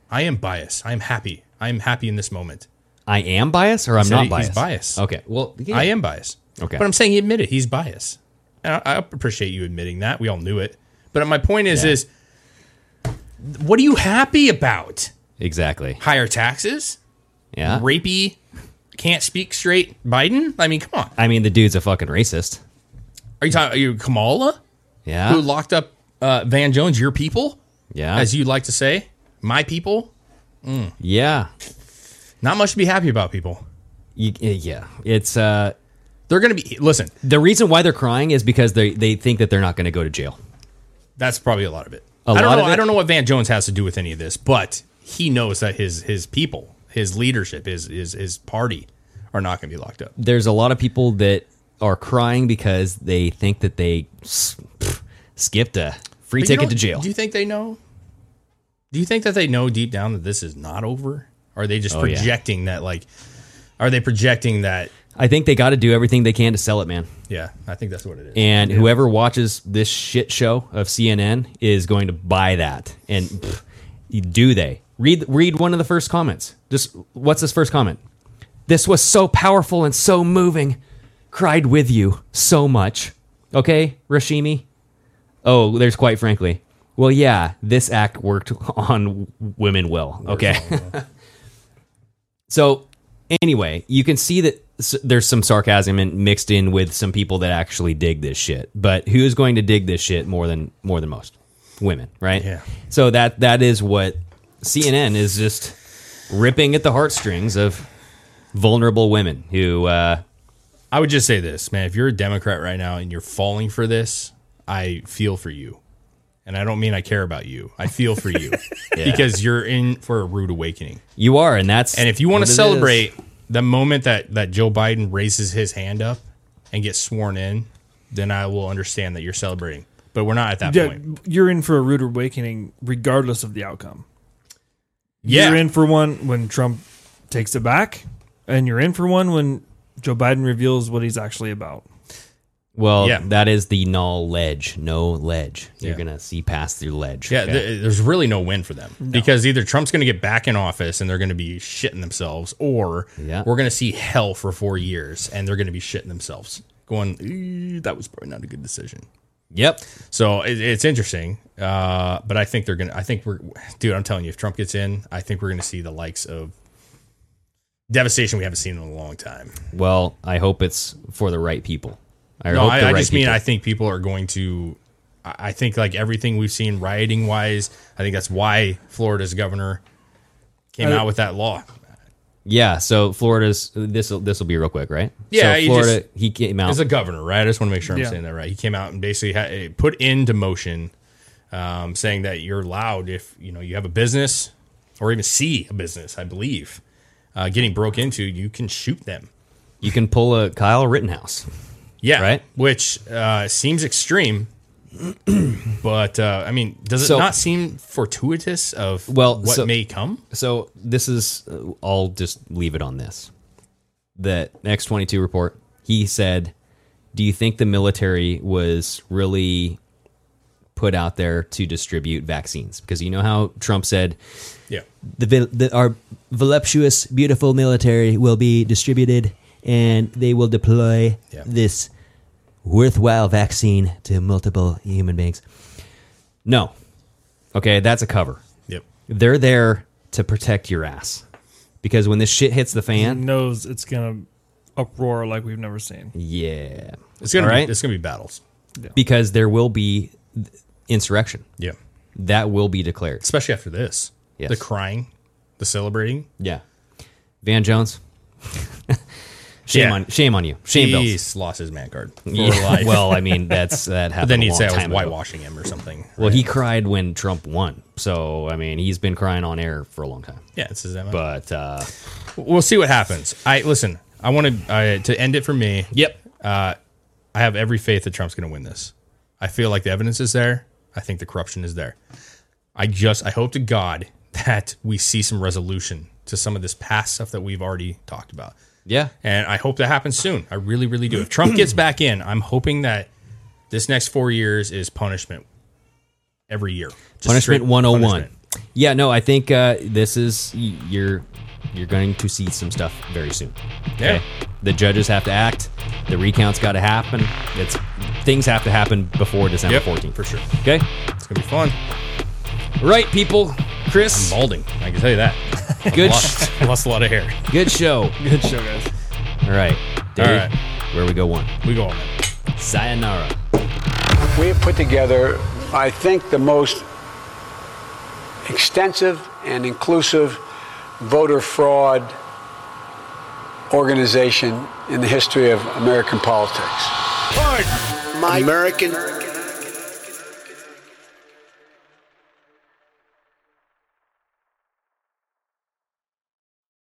I am biased. I am happy. I am happy in this moment.
I am biased, or I'm
said
not
he-
biased.
he's biased.
Okay, well, yeah.
I am biased.
Okay.
But I'm saying he admitted he's biased. And I, I appreciate you admitting that. We all knew it. But my point is, is what are you happy about?
exactly.
Higher taxes?
Yeah,
Rapey, can't speak straight Biden? I mean, come on.
I mean the dude's a fucking racist.
Are you talking, are you Kamala?
Yeah,
who locked up uh, Van Jones, your people,
yeah,
as you like to say? My people?
yeah.
Not much to be happy about, people.
You, yeah, it's uh,
They're going to be, listen,
the reason why they're crying is because they they think that they're not going to go to jail.
That's probably a lot of it.
A
I don't
lot
know.
of it?
I don't know what Van Jones has to do with any of this, but he knows that his his people, his leadership, his his his party are not going to be locked up.
There's a lot of people that are crying because they think that they s- pff, skipped a free
But you
ticket
don't-
to jail.
Do you think they know? Do you think that they know deep down that this is not over? Are they just
Oh, yeah.
projecting that? Like, are they projecting that?
I think they got to do everything they can to sell it, man.
Yeah, I think that's what it is.
And whoever watches this shit show of CNN is going to buy that. And pff, do they read read one of the first comments? Just what's his first comment? This was so powerful and so moving. Cried with you so much. Okay, Rashimi. Oh, there's quite frankly. Well, yeah, this act worked on women well. Okay. so Anyway, you can see that s- there's some sarcasm in, mixed in with some people that actually dig this shit. But who's going to dig this shit more than more than most? Women, right?
Yeah.
So that that is what CNN is just ripping at the heartstrings of vulnerable women who uh,
I would just say this, man. If you're a Democrat right now and you're falling for this, I feel for you. And I don't mean I care about you. I feel for you because you're in for a rude awakening.
you are, and that's
And if you want
what
to
it is.
celebrate the moment that, that Joe Biden raises his hand up and gets sworn in, then I will understand that you're celebrating. But we're not at that
Yeah,
point.
you're in for a rude awakening, regardless of the outcome.
Yeah.
You're in for one when Trump takes it back, and you're in for one when Joe Biden reveals what he's actually about.
Well,
Yeah.
that is the null ledge, no ledge. You're
Yeah.
gonna see past your ledge.
Yeah,
okay?
th- there's really no win for them because either Trump's going to get back in office and they're going to be shitting themselves, or
Yeah.
we're going to see hell for four years and they're going to be shitting themselves, going, "Eh, "That was probably not a good decision."
yep.
So it, it's interesting, uh, but I think they're going to. I think we're, dude. I'm telling you, if Trump gets in, I think we're going to see the likes of devastation we haven't seen in a long time.
Well, I hope it's for the right people. I
No,
hope the
I, I
right
just mean
people.
I think people are going to. I I think like everything we've seen rioting wise, I think that's why Florida's governor came out with that law.
yeah. So Florida's this this will be real quick, right?
Yeah,
So
he
Florida,
just-
he came out.
As a governor, right? I just want to make sure I'm
Yeah.
saying that right. He came out and basically had, put into motion um, saying that you're allowed if you know you have a business or even see a business, I believe, uh, getting broke into, you can shoot them.
you can pull a Kyle Rittenhouse.
Yeah,
Right?
Which uh, seems extreme, but uh, I mean, does it
So-
not seem fortuitous of
Well,
what
so-
may come?
So this is. uh, I'll just leave it on this. That X twenty two report. He said, "Do you think the military was really put out there to distribute vaccines? Because you know how Trump said."
Yeah,
the, vil- the our voluptuous, beautiful military will be distributed, and they will deploy
Yeah.
this worthwhile vaccine to multiple human beings. No, okay, that's a cover.
yep.
They're there to protect your ass because when this shit hits the fan,
Knows it's gonna uproar like we've never seen.
yeah,
It's gonna
All
be
right?
it's gonna be battles.
because there will be insurrection
Yeah,
that will be declared.
especially after this,
Yes.
the crying, the celebrating.
Yeah, Van Jones. shame
Yeah.
on shame on you. Shame
he
bells.
lost his man card for
Yeah,
life.
well, I mean, that's that happened.
But then
a
he'd
long
say I was
time ago.
whitewashing him or something.
Well, he cried when Trump won, so I mean, he's been crying on air for a long time.
yeah, it's his MO.
But uh,
we'll see what happens. I listen. I want to uh, to end it for me.
yep,
I have every faith that Trump's going to win this. I feel like the evidence is there. I think the corruption is there. I just I hope to God that we see some resolution to some of this past stuff that we've already talked about.
yeah,
And I hope that happens soon. I really, really do. If Trump gets back in, I'm hoping that this next four years is punishment every year. Just
punishment
straight
one hundred and one.
punishment.
Yeah, no, I think uh, this is y- you're you're going to see some stuff very soon.
Yeah.
the judges have to act. The recounts got to happen. It's things have to happen before December
Yep,
fourteenth
for sure.
Okay,
It's gonna be fun.
right, people. Chris,
Balding, I can tell you that.
good, sh-
lost, lost a lot of hair.
good show.
Good show, guys.
All right, Dave,
All right.
where we go one.
We go on. Man.
Sayonara.
We have put together, I think, the most extensive and inclusive voter fraud organization in the history of American politics.
My American